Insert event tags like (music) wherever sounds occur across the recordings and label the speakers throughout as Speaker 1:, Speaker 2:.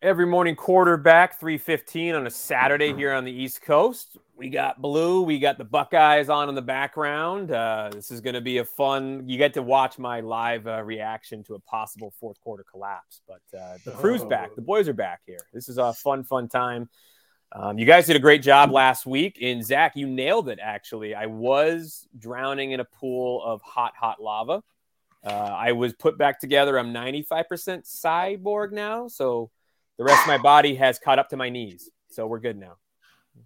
Speaker 1: Every morning quarterback, 315 on a Saturday here on the East Coast. We got blue. We got the Buckeyes on in the background. Uh, this is going to be a fun. You get to watch my live uh, reaction to a possible fourth quarter collapse. But uh, the crew's back. The boys are back here. This is a fun, fun time. Um, you guys did a great job last week. And Zach, you nailed it, actually. I was drowning in a pool of hot, hot lava. Uh, I was put back together. I'm 95% cyborg now. So the rest of my body has caught up to my knees. So we're good now.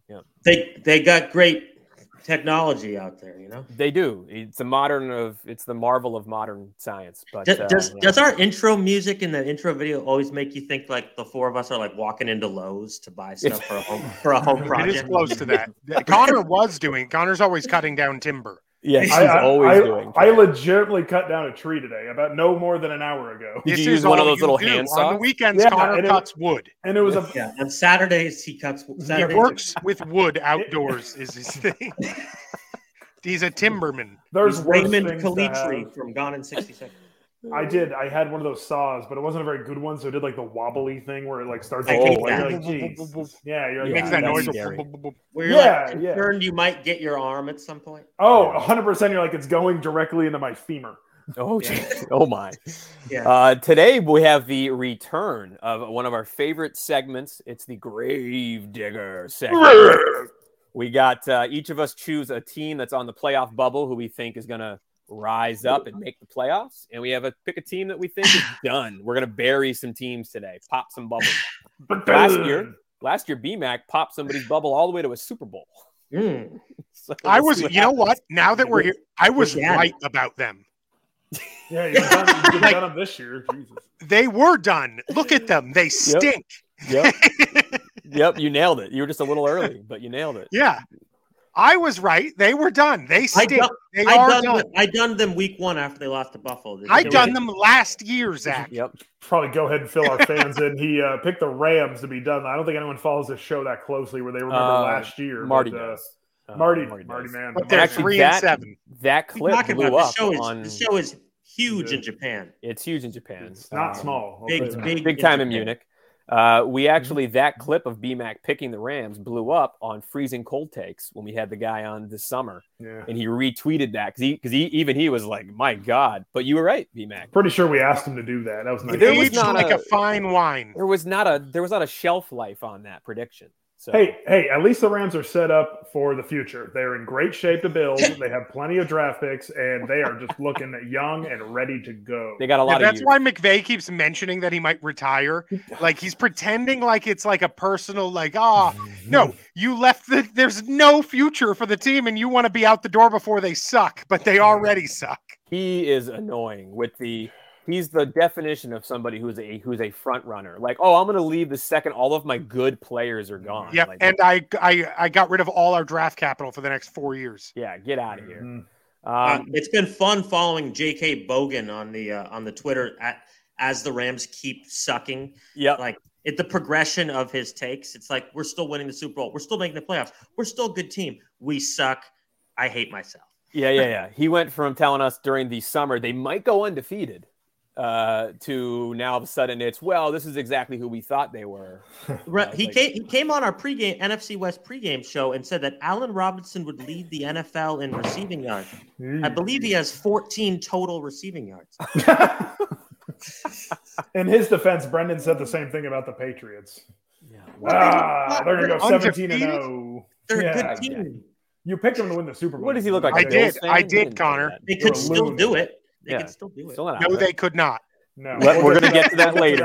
Speaker 1: Yeah.
Speaker 2: They they got great technology out there, you know.
Speaker 1: They do. It's a modern of it's the marvel of modern science. But
Speaker 2: Does
Speaker 1: uh,
Speaker 2: does,
Speaker 1: yeah.
Speaker 2: does our intro music in the intro video always make you think like the four of us are like walking into Lowe's to buy stuff for a home for a home
Speaker 3: It
Speaker 2: project?
Speaker 3: is close to that. Connor was doing. Connor's always cutting down timber.
Speaker 1: yeah, she's always doing.
Speaker 4: I legitimately cut down a tree today, about no more than an hour ago,
Speaker 1: Did
Speaker 3: This
Speaker 1: you
Speaker 3: is
Speaker 1: use one of
Speaker 3: all
Speaker 1: those
Speaker 3: you
Speaker 1: little
Speaker 3: do.
Speaker 1: hand
Speaker 3: On the
Speaker 1: saws?
Speaker 3: weekends,
Speaker 4: Yeah,
Speaker 3: Connor
Speaker 4: and it-
Speaker 3: cuts wood.
Speaker 4: and it was a
Speaker 2: Yeah, on Saturdays he cuts
Speaker 3: He
Speaker 2: Saturdays.
Speaker 3: works with wood outdoors. Is his thing. (laughs) He's a timberman.
Speaker 4: there's
Speaker 2: he's
Speaker 4: worse
Speaker 2: Raymond
Speaker 4: things to
Speaker 2: Calitri
Speaker 4: have.
Speaker 2: from Gone in 60 Seconds.
Speaker 4: I did. I had one of those saws, but it wasn't a very good one, so it did like the wobbly thing where it like starts.
Speaker 2: I
Speaker 4: to
Speaker 2: hate
Speaker 4: roll, and
Speaker 2: that.
Speaker 4: you're like, Oh, "Jeez." yeah, you're
Speaker 1: Yeah,
Speaker 4: like,
Speaker 3: Makes that
Speaker 4: "That's
Speaker 3: noise.
Speaker 1: scary.
Speaker 2: We're
Speaker 4: Yeah,
Speaker 2: like
Speaker 4: yeah.
Speaker 2: concerned you might get your arm at some point.
Speaker 4: Oh, 100%. You're like, it's going directly into my femur.
Speaker 1: Oh,
Speaker 2: Yeah.
Speaker 1: geez. (laughs) oh my.
Speaker 2: Yeah.
Speaker 1: Uh, today we have the return of one of our favorite segments. It's the Grave Digger
Speaker 4: (laughs)
Speaker 1: segment. we got uh, each of us choose a team that's on the playoff bubble who we think is going to rise up and make the playoffs, and we have a pick a team that we think
Speaker 4: (laughs)
Speaker 1: is done. We're going to bury some teams today, pop some bubbles.
Speaker 4: But
Speaker 1: Last year, last year BMAC popped somebody's bubble all the way to a Super Bowl. (laughs)
Speaker 2: Mm.
Speaker 1: So
Speaker 3: I
Speaker 1: we'll
Speaker 3: was.
Speaker 1: see
Speaker 3: You know
Speaker 1: happens.
Speaker 3: what? Now that we're here, I was
Speaker 2: Yeah.
Speaker 3: right about them.
Speaker 4: Yeah, you've done, you've
Speaker 2: (laughs)
Speaker 4: done them this year. Jesus.
Speaker 3: They were done. Look at them. They stink.
Speaker 1: Yep. yep, you nailed it. You were just a little early, but you nailed it.
Speaker 3: Yeah. I was right. They were done. They
Speaker 2: I
Speaker 3: stink.
Speaker 2: done,
Speaker 3: They
Speaker 2: I
Speaker 3: are
Speaker 2: done,
Speaker 3: done.
Speaker 2: them- I done them week one after they lost to Buffalo.
Speaker 3: I
Speaker 2: They
Speaker 3: done
Speaker 2: were-
Speaker 3: them last year, Zach.
Speaker 1: Yep.
Speaker 4: Probably go ahead and fill
Speaker 3: (laughs)
Speaker 4: our fans in. He uh, picked the Rams to be done. I don't think anyone follows this show that closely where they remember
Speaker 1: Uh,
Speaker 4: last year.
Speaker 1: Marty
Speaker 4: but, uh,
Speaker 1: does. Uh,
Speaker 4: Marty, Marty,
Speaker 1: does.
Speaker 4: man.
Speaker 3: But they're
Speaker 1: Actually,
Speaker 3: three and
Speaker 1: that-
Speaker 3: seven.
Speaker 1: That
Speaker 2: We're
Speaker 1: clip
Speaker 2: talking
Speaker 1: blew
Speaker 2: about
Speaker 1: up
Speaker 2: the show is
Speaker 1: on.
Speaker 2: the show is huge
Speaker 4: Yeah.
Speaker 2: in Japan.
Speaker 1: It's huge in Japan.
Speaker 4: It's not
Speaker 1: Um,
Speaker 4: small. I'll
Speaker 2: Big,
Speaker 4: tell you that.
Speaker 2: big,
Speaker 1: Big time in
Speaker 2: Japan.
Speaker 1: Munich. Uh, we actually that clip of BMAC picking the Rams blew up on freezing cold takes when we had the guy on this summer,
Speaker 4: Yeah.
Speaker 1: and he retweeted that because he because he even he was like, "My God!" But you were right, BMAC.
Speaker 4: Pretty sure we asked him to do that. That was nice.
Speaker 1: There was
Speaker 3: Aged
Speaker 1: not
Speaker 3: like
Speaker 1: a-
Speaker 3: a, fine wine.
Speaker 1: There was not a there was not a shelf life on that prediction. So
Speaker 4: Hey, hey, at least the Rams are set up for the future. They're in great shape to
Speaker 3: (laughs)
Speaker 4: build. They have plenty of draft picks, and they are just looking young and ready to go.
Speaker 1: they got a
Speaker 3: Yeah,
Speaker 1: lot of
Speaker 3: that's
Speaker 1: years.
Speaker 3: why McVeigh keeps mentioning that he might retire. Like he's pretending like it's like a personal, like, ah, no, you left the there's no future for the team and you want to be out the door before they suck, but they already suck.
Speaker 1: he is annoying with the he's the definition of somebody who's a who's a front runner. Like, oh, I'm gonna leave the second all of my good players are gone.
Speaker 3: Yep.
Speaker 1: Like,
Speaker 3: And I I I got rid of all our draft capital for the next four years.
Speaker 1: yeah, get out of here.
Speaker 4: Mhm.
Speaker 3: Mm-hmm.
Speaker 2: Uh,
Speaker 1: Um,
Speaker 2: it's been fun following J.K. Bogan on the uh, on the Twitter at, as the Rams keep sucking.
Speaker 1: yep.
Speaker 2: Like it, the progression of his takes. It's like we're still winning the Super Bowl. We're still making the playoffs. We're still a good team. We suck. I hate myself.
Speaker 1: Yeah, yeah, yeah. He went from telling us during the summer they might go undefeated uh, to now all of a sudden it's well, this is exactly who we thought they were.
Speaker 2: Right. He
Speaker 1: like-
Speaker 2: came he came on our pregame NFC West pregame show and said that Allen Robinson would lead the NFL in receiving yards.
Speaker 4: Mm-hmm.
Speaker 2: I believe he has 14 total receiving yards.
Speaker 4: (laughs)
Speaker 3: (laughs)
Speaker 4: in his defense, Brendan said the same thing about the Patriots.
Speaker 1: Yeah.
Speaker 4: Ah, they're gonna go seventeen and
Speaker 3: Undefeated?
Speaker 4: zero.
Speaker 2: They're
Speaker 4: Yeah.
Speaker 2: a good team.
Speaker 4: You picked them to win the Super Bowl.
Speaker 1: What does he look like?
Speaker 3: I
Speaker 1: a Bills
Speaker 3: did.
Speaker 1: fan?
Speaker 3: I
Speaker 1: We
Speaker 3: did,
Speaker 1: didn't know
Speaker 3: Connor.
Speaker 1: that.
Speaker 2: They
Speaker 4: You're
Speaker 2: could
Speaker 4: a
Speaker 2: still
Speaker 4: loon.
Speaker 2: do it. They
Speaker 1: Yeah.
Speaker 2: could still do it.
Speaker 1: Still not out
Speaker 3: No,
Speaker 1: there.
Speaker 3: they could not.
Speaker 4: No,
Speaker 1: Let- we're gonna get to that
Speaker 4: We'll
Speaker 1: later.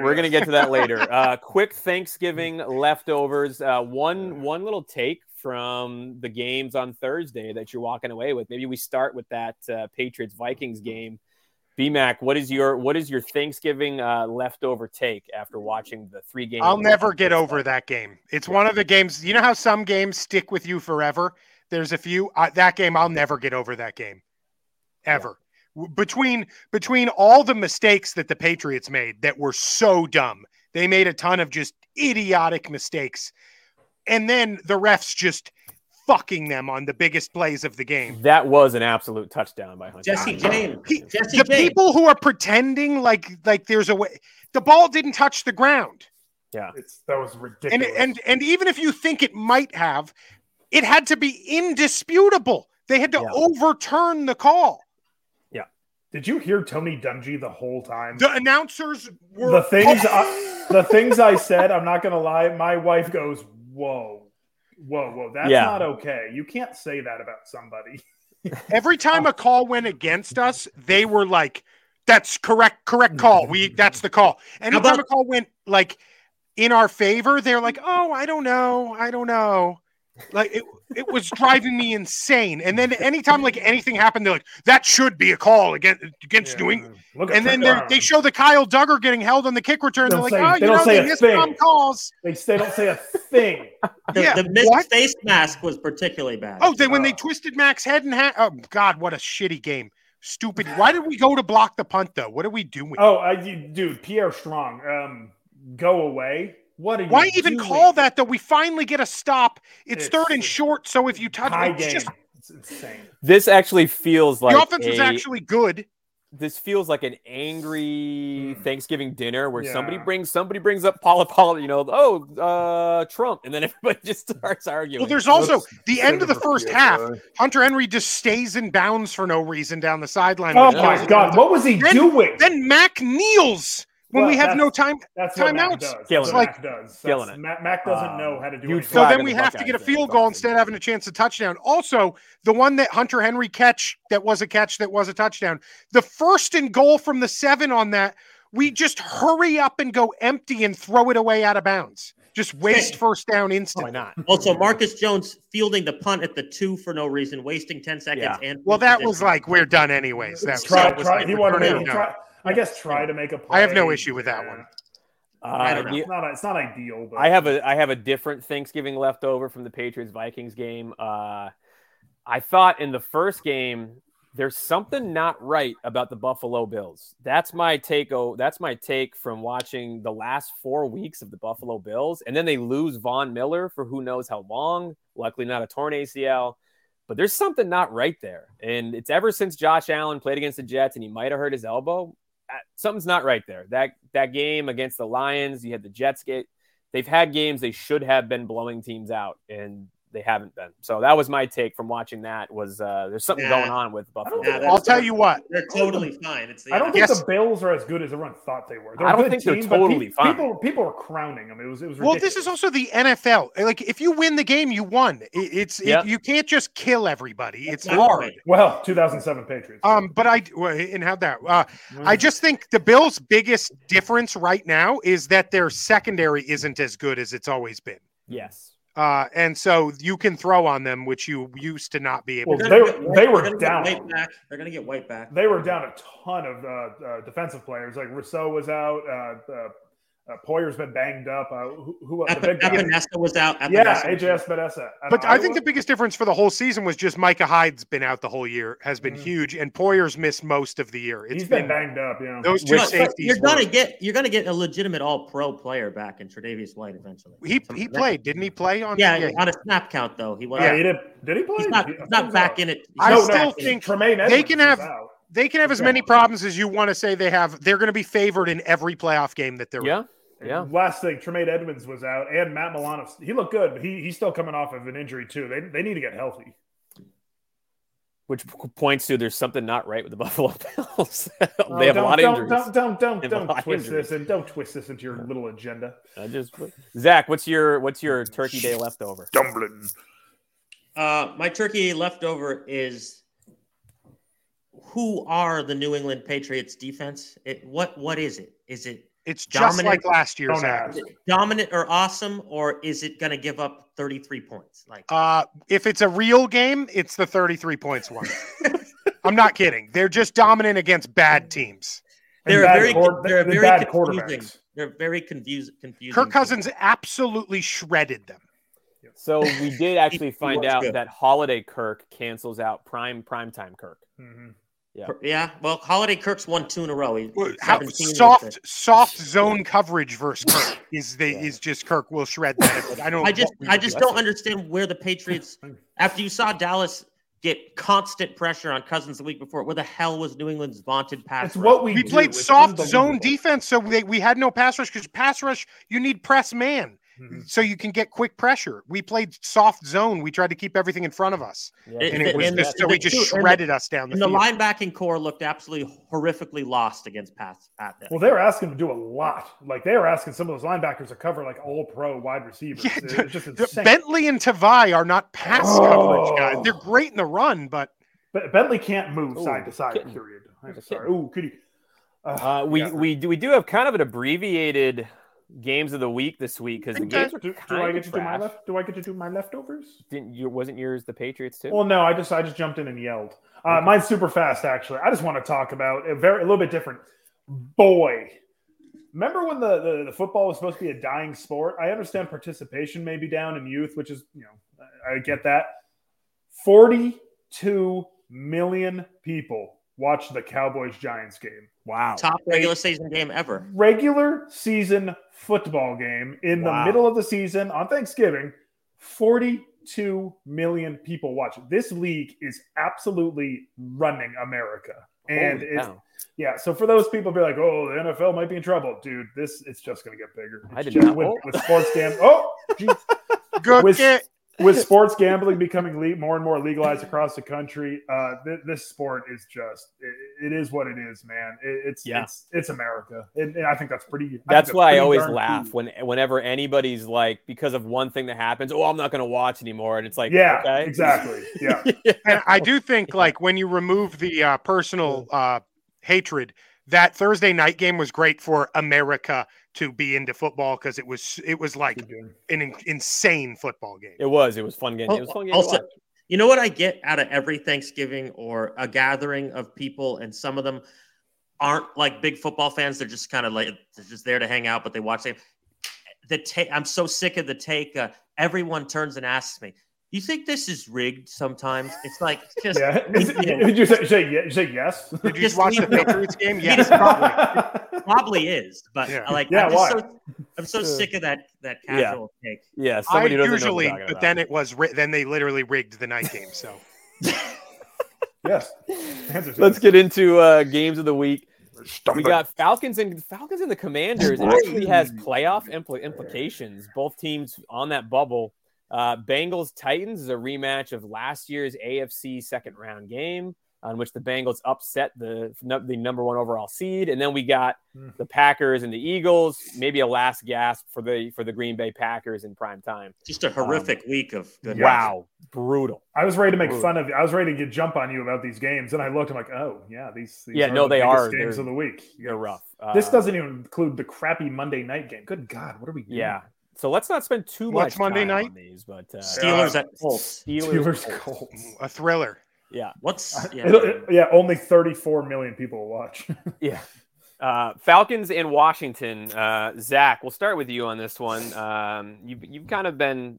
Speaker 1: We're
Speaker 4: yeah.
Speaker 1: gonna get to that
Speaker 3: (laughs)
Speaker 1: later. Uh, quick Thanksgiving
Speaker 3: Mm-hmm.
Speaker 1: leftovers. Uh, one one little take from the games on Thursday that you're walking away with. Maybe we start with that uh, Patriots Vikings
Speaker 3: Mm-hmm.
Speaker 1: game. BMAC, what is your what is your Thanksgiving uh, leftover take after watching the three games?
Speaker 3: I'll never get over that game. It's one of the games. You know how some games stick with you forever. There's a few uh, that game. I'll never get over that game, ever. W- Between between all the mistakes that the Patriots made that were so dumb, they made a ton of just idiotic mistakes, and then the refs just fucking them on the biggest plays of the game.
Speaker 1: That was an absolute touchdown by Hunter.
Speaker 2: Jesse James.
Speaker 3: He-
Speaker 2: Jesse
Speaker 3: the
Speaker 2: James.
Speaker 3: people who are pretending like like there's a way the ball didn't touch the ground.
Speaker 1: Yeah.
Speaker 4: It's that was
Speaker 3: And
Speaker 4: ridiculous.
Speaker 3: and and even if you think it might have, it had to be indisputable. They had to
Speaker 1: Yeah.
Speaker 3: overturn the call.
Speaker 4: did you hear Tony Dungy the whole time?
Speaker 3: The announcers were
Speaker 4: The things
Speaker 3: (laughs)
Speaker 4: I, the things I said, I'm not gonna lie. My wife goes, "Whoa, whoa, whoa! That's
Speaker 1: Yeah.
Speaker 4: not okay. You can't say that about somebody."
Speaker 3: Every time a call went against us, they were like, "That's correct, correct call. We that's the call." Anytime
Speaker 2: about-
Speaker 3: a call went like in our favor, they're like, "Oh, I don't know, I don't know." Like it, it was driving me insane. And then anytime like anything happened, they're like, "That should be a call against against New England."
Speaker 4: Look at
Speaker 3: And then
Speaker 4: Trent
Speaker 3: they're- they
Speaker 4: Brown.
Speaker 3: show the Kyle Duggar getting held on the kick return. They're
Speaker 4: Don't
Speaker 3: like,
Speaker 4: say-
Speaker 3: "Oh,
Speaker 4: they
Speaker 3: you
Speaker 4: don't
Speaker 3: know,
Speaker 4: say
Speaker 3: they
Speaker 4: a
Speaker 3: missed
Speaker 4: thing."
Speaker 3: some calls."
Speaker 4: They, they don't say a thing.
Speaker 3: (laughs)
Speaker 2: The,
Speaker 3: Yeah,
Speaker 2: the missed
Speaker 3: what?
Speaker 2: face mask was particularly bad.
Speaker 3: Oh, they when they
Speaker 4: Uh,
Speaker 3: twisted Mac's head and ha- oh god, what a shitty game. Stupid. Why did we go to block the punt though? What are we doing?
Speaker 4: Oh, I, you- dude, Pierre Strong, um, go away. What are you?
Speaker 3: Why even
Speaker 4: doing?
Speaker 3: call that though? We finally get a stop. It's,
Speaker 4: It's
Speaker 3: third and
Speaker 4: a
Speaker 3: short, so if you touch
Speaker 4: tie
Speaker 3: it's
Speaker 4: game?
Speaker 3: just
Speaker 4: it's insane.
Speaker 1: This actually feels like
Speaker 3: the offense was
Speaker 1: a-
Speaker 3: actually good.
Speaker 1: this feels like an angry
Speaker 4: Hmm.
Speaker 1: Thanksgiving dinner where somebody
Speaker 4: Yeah.
Speaker 1: brings somebody brings up Paula Paula, you know, oh uh Trump, and then (laughs) everybody just
Speaker 4: Hmm.
Speaker 1: starts arguing.
Speaker 3: Well, there's also
Speaker 4: Let's
Speaker 3: the end of the first half. Hunter Henry just stays in bounds for no reason down the sideline.
Speaker 4: Oh
Speaker 3: which
Speaker 1: Yeah.
Speaker 4: my
Speaker 3: is-
Speaker 4: God, what was he
Speaker 3: Then-
Speaker 4: doing?
Speaker 3: Then Mac kneels when
Speaker 4: Well,
Speaker 3: we have
Speaker 4: that's-
Speaker 3: no time.
Speaker 4: That's what Mac
Speaker 3: timeouts.
Speaker 4: does. That's
Speaker 1: Killing
Speaker 4: what
Speaker 1: it.
Speaker 4: Mac does.
Speaker 1: Killing
Speaker 4: That's-
Speaker 1: it.
Speaker 4: Mac, Mac doesn't
Speaker 1: Um,
Speaker 4: know how to do
Speaker 1: you'd
Speaker 4: anything.
Speaker 3: So
Speaker 1: flag
Speaker 3: then
Speaker 1: in
Speaker 3: we
Speaker 1: the
Speaker 3: have to get a
Speaker 1: Buckeyes,
Speaker 3: field
Speaker 1: yeah,
Speaker 3: goal
Speaker 1: fucking-
Speaker 3: instead of having a chance to touchdown. Also, the one that Hunter Henry catch that was a catch that was a touchdown. The first and goal from the seven on that, we just hurry up and go empty and throw it away out of bounds. Just waste first down
Speaker 1: why
Speaker 3: instant.
Speaker 1: not?
Speaker 2: Also, Marcus Jones fielding the punt at the two for no reason, wasting 10 seconds.
Speaker 1: Yeah.
Speaker 2: And
Speaker 3: Well, that was like we're done anyways. That was,
Speaker 4: try,
Speaker 3: that was
Speaker 4: try,
Speaker 3: like,
Speaker 4: he wanted
Speaker 3: we're
Speaker 4: to,
Speaker 3: done.
Speaker 4: he try- I guess try to make a play.
Speaker 3: I have no issue with that
Speaker 4: Yeah.
Speaker 3: one.
Speaker 2: I don't
Speaker 1: Uh,
Speaker 2: know.
Speaker 1: you-
Speaker 4: It's not, it's not ideal, but
Speaker 1: I have a I have a different Thanksgiving leftover from the Patriots Vikings game. Uh, I thought in the first game there's something not right about the Buffalo Bills. That's my take. Oh, that's my take from watching the last four weeks of the Buffalo Bills, and then they lose Von Miller for who knows how long. Luckily, not a torn ACL. But there's something not right there, and it's ever since Josh Allen played against the Jets, and he might have hurt his elbow. Uh, Something's not right there. That that game against the Lions, you had the Jets get they've had games they should have been blowing teams out and they haven't been. So that was my take from watching that was uh, there's something
Speaker 2: Yeah.
Speaker 1: going on with Buffalo.
Speaker 4: I don't
Speaker 2: Yeah,
Speaker 4: think-
Speaker 3: I'll tell you what.
Speaker 2: they're totally fine. It's the
Speaker 4: I don't think
Speaker 3: Yes.
Speaker 4: the Bills are as good as everyone thought they were. They're
Speaker 1: I don't
Speaker 4: a good
Speaker 1: think they're
Speaker 4: team, but pe-
Speaker 1: totally fine.
Speaker 4: People, people are crowning them. It was, it was.
Speaker 3: Well,
Speaker 4: Ridiculous.
Speaker 3: this is also the NFL. Like, if you win the game, you won. It- It's it-
Speaker 1: Yeah.
Speaker 3: you can't just kill everybody. It's
Speaker 2: That's not
Speaker 3: hard.
Speaker 2: right.
Speaker 4: well 2007 Patriots.
Speaker 3: Um, but I well, and how that uh, I
Speaker 4: Mm.
Speaker 3: just think the Bills' biggest difference right now is that their secondary isn't as good as it's always been,
Speaker 1: Yes.
Speaker 3: uh, and so you can throw on them, which you used to not be able.
Speaker 4: Well,
Speaker 3: to.
Speaker 2: They're
Speaker 4: they,
Speaker 2: gonna
Speaker 4: were-
Speaker 2: get
Speaker 4: they
Speaker 2: white- they're
Speaker 4: were
Speaker 2: gonna get
Speaker 4: down.
Speaker 2: white back. They're going to get white back.
Speaker 4: They were down a ton of uh, uh, defensive players. Like Rousseau was out. Uh, uh, uh, Poyer's been banged up. Uh, who, who the big guy?
Speaker 2: Epinesa was out.
Speaker 4: Yeah,
Speaker 2: Epinesa was out.
Speaker 4: AJS Bedessa.
Speaker 3: But I think the biggest difference for the whole season was just Micah Hyde's been out the whole year, has been
Speaker 4: Mhm.
Speaker 3: huge, and Poyer's missed most of the year. It's
Speaker 4: he's been banged up. Yeah.
Speaker 3: those two
Speaker 2: No, but
Speaker 3: safeties.
Speaker 2: You're
Speaker 3: were-
Speaker 2: gonna get you're gonna get a legitimate All Pro player back in Tre'Davious White eventually.
Speaker 3: he
Speaker 2: Something
Speaker 3: he
Speaker 2: like that.
Speaker 3: played, didn't he? Play on?
Speaker 2: Yeah, on a snap count though, he was.
Speaker 4: yeah, he did. Did he play?
Speaker 2: He's not,
Speaker 4: He-
Speaker 2: he's
Speaker 4: I think
Speaker 2: not
Speaker 4: so.
Speaker 2: back in it.
Speaker 3: I
Speaker 2: He's
Speaker 3: still
Speaker 2: not back in it.
Speaker 3: think
Speaker 4: Tremaine
Speaker 3: they
Speaker 4: Edwards
Speaker 3: can
Speaker 4: is
Speaker 3: have-
Speaker 4: out.
Speaker 3: They can have as many problems as you want to say they have. They're going to be favored in every playoff game that they're in.
Speaker 1: Yeah. Yeah.
Speaker 4: Last thing, Tremaine Edmonds was out, and Matt Milano. He looked good, but he, he's still coming off of an injury too. They, they need to get healthy.
Speaker 1: Which p- points to there's something not right with the (laughs) Buffalo Bills. (laughs) they
Speaker 4: Oh,
Speaker 1: have a
Speaker 4: don't-
Speaker 1: lot of
Speaker 4: don't,
Speaker 1: injuries.
Speaker 4: Don't
Speaker 1: They
Speaker 4: don't don't
Speaker 1: have a
Speaker 4: don't
Speaker 1: lot of
Speaker 4: twist
Speaker 1: injuries.
Speaker 4: this and don't twist this into your little agenda.
Speaker 1: I just Zach, what's your what's your turkey day leftover?
Speaker 4: Dumbling.
Speaker 2: Uh, my turkey leftover is who are the New England Patriots defense? It, what what is it? Is it
Speaker 3: It's just
Speaker 2: Dominant-
Speaker 3: like last year's.
Speaker 4: Don't
Speaker 3: Zach.
Speaker 4: ask.
Speaker 2: dominant or awesome, or is it gonna give up 33 points? Like
Speaker 3: Uh, if it's a real game, it's the 33 points one. I'm not kidding. They're just dominant against bad teams.
Speaker 4: And
Speaker 2: they're a
Speaker 4: bad
Speaker 2: very
Speaker 4: quar-
Speaker 2: they're a
Speaker 4: and
Speaker 2: very
Speaker 4: bad
Speaker 2: confusing.
Speaker 4: quarterbacks.
Speaker 2: They're very confusing. confusing
Speaker 3: Kirk Cousins absolutely shredded them.
Speaker 1: So
Speaker 3: (laughs)
Speaker 1: we did actually find
Speaker 2: was
Speaker 1: out
Speaker 2: good.
Speaker 1: that holiday Kirk cancels out prime primetime Kirk.
Speaker 4: Mhm.
Speaker 2: Yeah, well, Holiday Kirk's won two in a row. He- he's
Speaker 3: How,
Speaker 2: 17 with
Speaker 3: soft,
Speaker 2: the-
Speaker 3: soft zone coverage versus Kirk is the,
Speaker 1: Yeah.
Speaker 3: is just Kirk will shred that. But I don't.
Speaker 2: I just
Speaker 3: what we
Speaker 2: I
Speaker 3: would
Speaker 2: just
Speaker 4: (laughs)
Speaker 3: do.
Speaker 2: don't understand where the Patriots after you saw Dallas get constant pressure on Cousins the week before. What the hell was New England's vaunted pass?
Speaker 4: It's
Speaker 2: rush?
Speaker 4: what we
Speaker 3: We
Speaker 4: do.
Speaker 3: played
Speaker 4: It's
Speaker 3: soft zone
Speaker 4: unbelievable.
Speaker 3: defense, so we, we had no pass rush because pass rush, you need press man.
Speaker 4: Mhm.
Speaker 3: So you can get quick pressure. We played soft zone. We tried to keep everything in front of us,
Speaker 2: It-
Speaker 3: and it was
Speaker 2: and
Speaker 3: just
Speaker 2: the-
Speaker 3: so we
Speaker 2: the
Speaker 3: just
Speaker 2: two- and the-
Speaker 3: shredded us down the
Speaker 2: And the
Speaker 3: field.
Speaker 2: linebacking core looked absolutely horrifically lost against pass at that.
Speaker 4: Well, they were asking him to do a lot. Like they were asking some of those linebackers to cover like all pro wide receivers.
Speaker 3: Yeah,
Speaker 4: It's
Speaker 3: the-
Speaker 4: just
Speaker 3: The-
Speaker 4: insane.
Speaker 3: Bentley and Tavai are not pass
Speaker 4: Oh.
Speaker 3: coverage guys. They're great in the run, but
Speaker 4: But Bentley can't move
Speaker 1: Ooh,
Speaker 4: side to side.
Speaker 1: kitten.
Speaker 4: Period. I'm
Speaker 1: Kitten.
Speaker 4: sorry. Ooh, could he?
Speaker 1: Uh, we
Speaker 4: Yeah.
Speaker 1: we do we do have kind of an abbreviated games of the week this week because the
Speaker 3: Okay.
Speaker 1: games are
Speaker 4: do, do
Speaker 1: kind
Speaker 4: I
Speaker 1: of
Speaker 4: get to do my
Speaker 1: trash.
Speaker 4: left? Do I get to do my leftovers?
Speaker 1: Didn't you? Wasn't yours the Patriots too?
Speaker 4: Well, no. I just I just jumped in and yelled. Uh,
Speaker 1: Okay.
Speaker 4: Mine's super fast actually. I just want to talk about a very a little bit different. Boy, remember when the, the the football was supposed to be a dying sport? I understand participation may be down in youth, which is you know I, I get that. Forty-two million people watched the Cowboys Giants game.
Speaker 1: wow.
Speaker 2: top regular season game ever.
Speaker 4: regular season football game in
Speaker 1: Wow.
Speaker 4: the middle of the season on Thanksgiving. 42 million people watch. it. This league is absolutely running America. And
Speaker 1: Holy
Speaker 4: it's,
Speaker 1: cow.
Speaker 4: yeah, so for those people be like, oh, the NFL might be in trouble. Dude, this it's just gonna get bigger.
Speaker 1: I
Speaker 4: It's
Speaker 1: did
Speaker 4: just
Speaker 1: not-
Speaker 4: with,
Speaker 1: oh.
Speaker 4: with sports
Speaker 1: (laughs)
Speaker 4: gam oh geez.
Speaker 3: good
Speaker 4: With-
Speaker 3: kick.
Speaker 4: with sports gambling becoming le- more and more legalized across the country, uh, th- this sport is just it, it is what it is, man. It, it's,
Speaker 1: Yeah.
Speaker 4: it's it's America, and, and I think that's pretty. I think
Speaker 1: That's why I
Speaker 4: pretty
Speaker 1: always
Speaker 4: darn
Speaker 1: laugh
Speaker 4: cool.
Speaker 1: when whenever anybody's like because of one thing that happens, oh, I'm not going to watch anymore, and it's like,
Speaker 4: yeah,
Speaker 1: okay. (laughs)
Speaker 4: exactly. Yeah,
Speaker 3: and I do think like when you remove the uh, personal uh, hatred, that Thursday night game was great for America to be into football because it was it was like an in- insane football game.
Speaker 1: It was. It was fun game.
Speaker 2: Oh,
Speaker 1: It was fun game. to
Speaker 2: also,
Speaker 1: watch.
Speaker 2: you know what I get out of every Thanksgiving or a gathering of people, and some of them aren't like big football fans. They're just kind of like they're just there to hang out, but they watch it. The take. I'm so sick of the take. Uh, everyone turns and asks me, "You think this is rigged?" Sometimes it's like it's just
Speaker 4: yeah.
Speaker 1: (laughs)
Speaker 4: Is it- did you say, you say, ye- you say yes?
Speaker 3: Did you
Speaker 2: Just
Speaker 3: just watch the
Speaker 2: leave it. (laughs)
Speaker 3: Patriots game?
Speaker 2: Leave
Speaker 3: Yes,
Speaker 2: it.
Speaker 3: probably.
Speaker 2: probably is, but
Speaker 3: Yeah.
Speaker 2: like
Speaker 4: Yeah,
Speaker 2: I'm, just
Speaker 4: why? Uh,
Speaker 2: so, I'm so sick of that that
Speaker 1: Yeah.
Speaker 2: casual take.
Speaker 1: yeah. (laughs)
Speaker 3: I
Speaker 1: Somebody doesn't
Speaker 3: usually,
Speaker 1: know what we're
Speaker 3: but
Speaker 1: talking
Speaker 3: then it was ri- then they literally rigged the night game. So
Speaker 4: (laughs)
Speaker 1: (laughs)
Speaker 4: yes. The
Speaker 1: about.
Speaker 4: answer's
Speaker 1: Let's
Speaker 4: yes.
Speaker 1: get into uh, games of the week. We got Falcons and Falcons and the Commanders actually has playoff impl- implications. Both teams on that bubble. Uh, Bengals Titans is a rematch of last year's AFC second round game on which the Bengals upset the the number one overall seed, and then we got
Speaker 4: Mm.
Speaker 1: the Packers and the Eagles. Maybe a last gasp for the for the Green Bay Packers in prime time.
Speaker 2: Just a horrific week of good
Speaker 4: Um, Yeah.
Speaker 1: Wow, brutal.
Speaker 4: I was ready to make
Speaker 1: Ooh.
Speaker 4: fun of you. I was ready to get jump on you about these games, and I looked. I'm like, oh yeah, these. these
Speaker 1: Yeah, no,
Speaker 4: the
Speaker 1: they
Speaker 4: biggest
Speaker 1: are.
Speaker 4: games
Speaker 1: They're-
Speaker 4: of the week.
Speaker 1: You're rough.
Speaker 4: This
Speaker 1: Uh,
Speaker 4: doesn't even include the crappy Monday night game. Good God, what are we doing?
Speaker 1: Yeah. So let's not spend too
Speaker 3: What's
Speaker 1: much
Speaker 3: Monday
Speaker 1: time
Speaker 3: night?
Speaker 1: on these, but uh,
Speaker 2: Steelers
Speaker 4: Yeah.
Speaker 2: at Colts.
Speaker 4: Steelers
Speaker 1: Colts.
Speaker 4: Colts.
Speaker 3: a thriller.
Speaker 1: Yeah,
Speaker 4: (laughs)
Speaker 2: What's yeah.
Speaker 4: It'll- it- yeah, only 34 million people will watch. (laughs)
Speaker 1: yeah. Uh, Falcons and Washington. Uh, Zach, we'll start with you on this one. Um, you've you've kind of been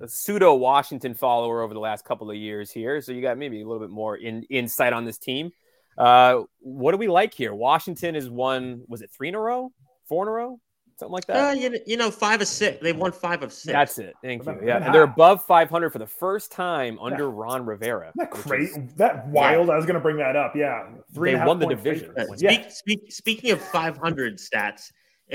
Speaker 1: a pseudo Washington follower over the last couple of years here, so you got maybe a little bit more in, insight on this team. Uh, what do we like here? Washington is one. Was it three in a row? Four in a row? Something like that.
Speaker 2: Uh, you, kn- you know, five of six. They won five of six.
Speaker 1: That's it. Thank you.
Speaker 4: Come on,
Speaker 1: Yeah,
Speaker 4: come
Speaker 1: and they're
Speaker 4: on.
Speaker 1: above 500 for the first time under Ron Rivera.
Speaker 4: Isn't that
Speaker 1: which is-
Speaker 4: crazy? That wild. I was going to bring that up. Yeah,
Speaker 1: They
Speaker 4: and a half
Speaker 1: won the
Speaker 4: point
Speaker 1: division.
Speaker 2: Uh,
Speaker 4: favorites.
Speaker 1: Wins.
Speaker 2: speak,
Speaker 4: Yeah,
Speaker 2: speak, speaking of 500 stats,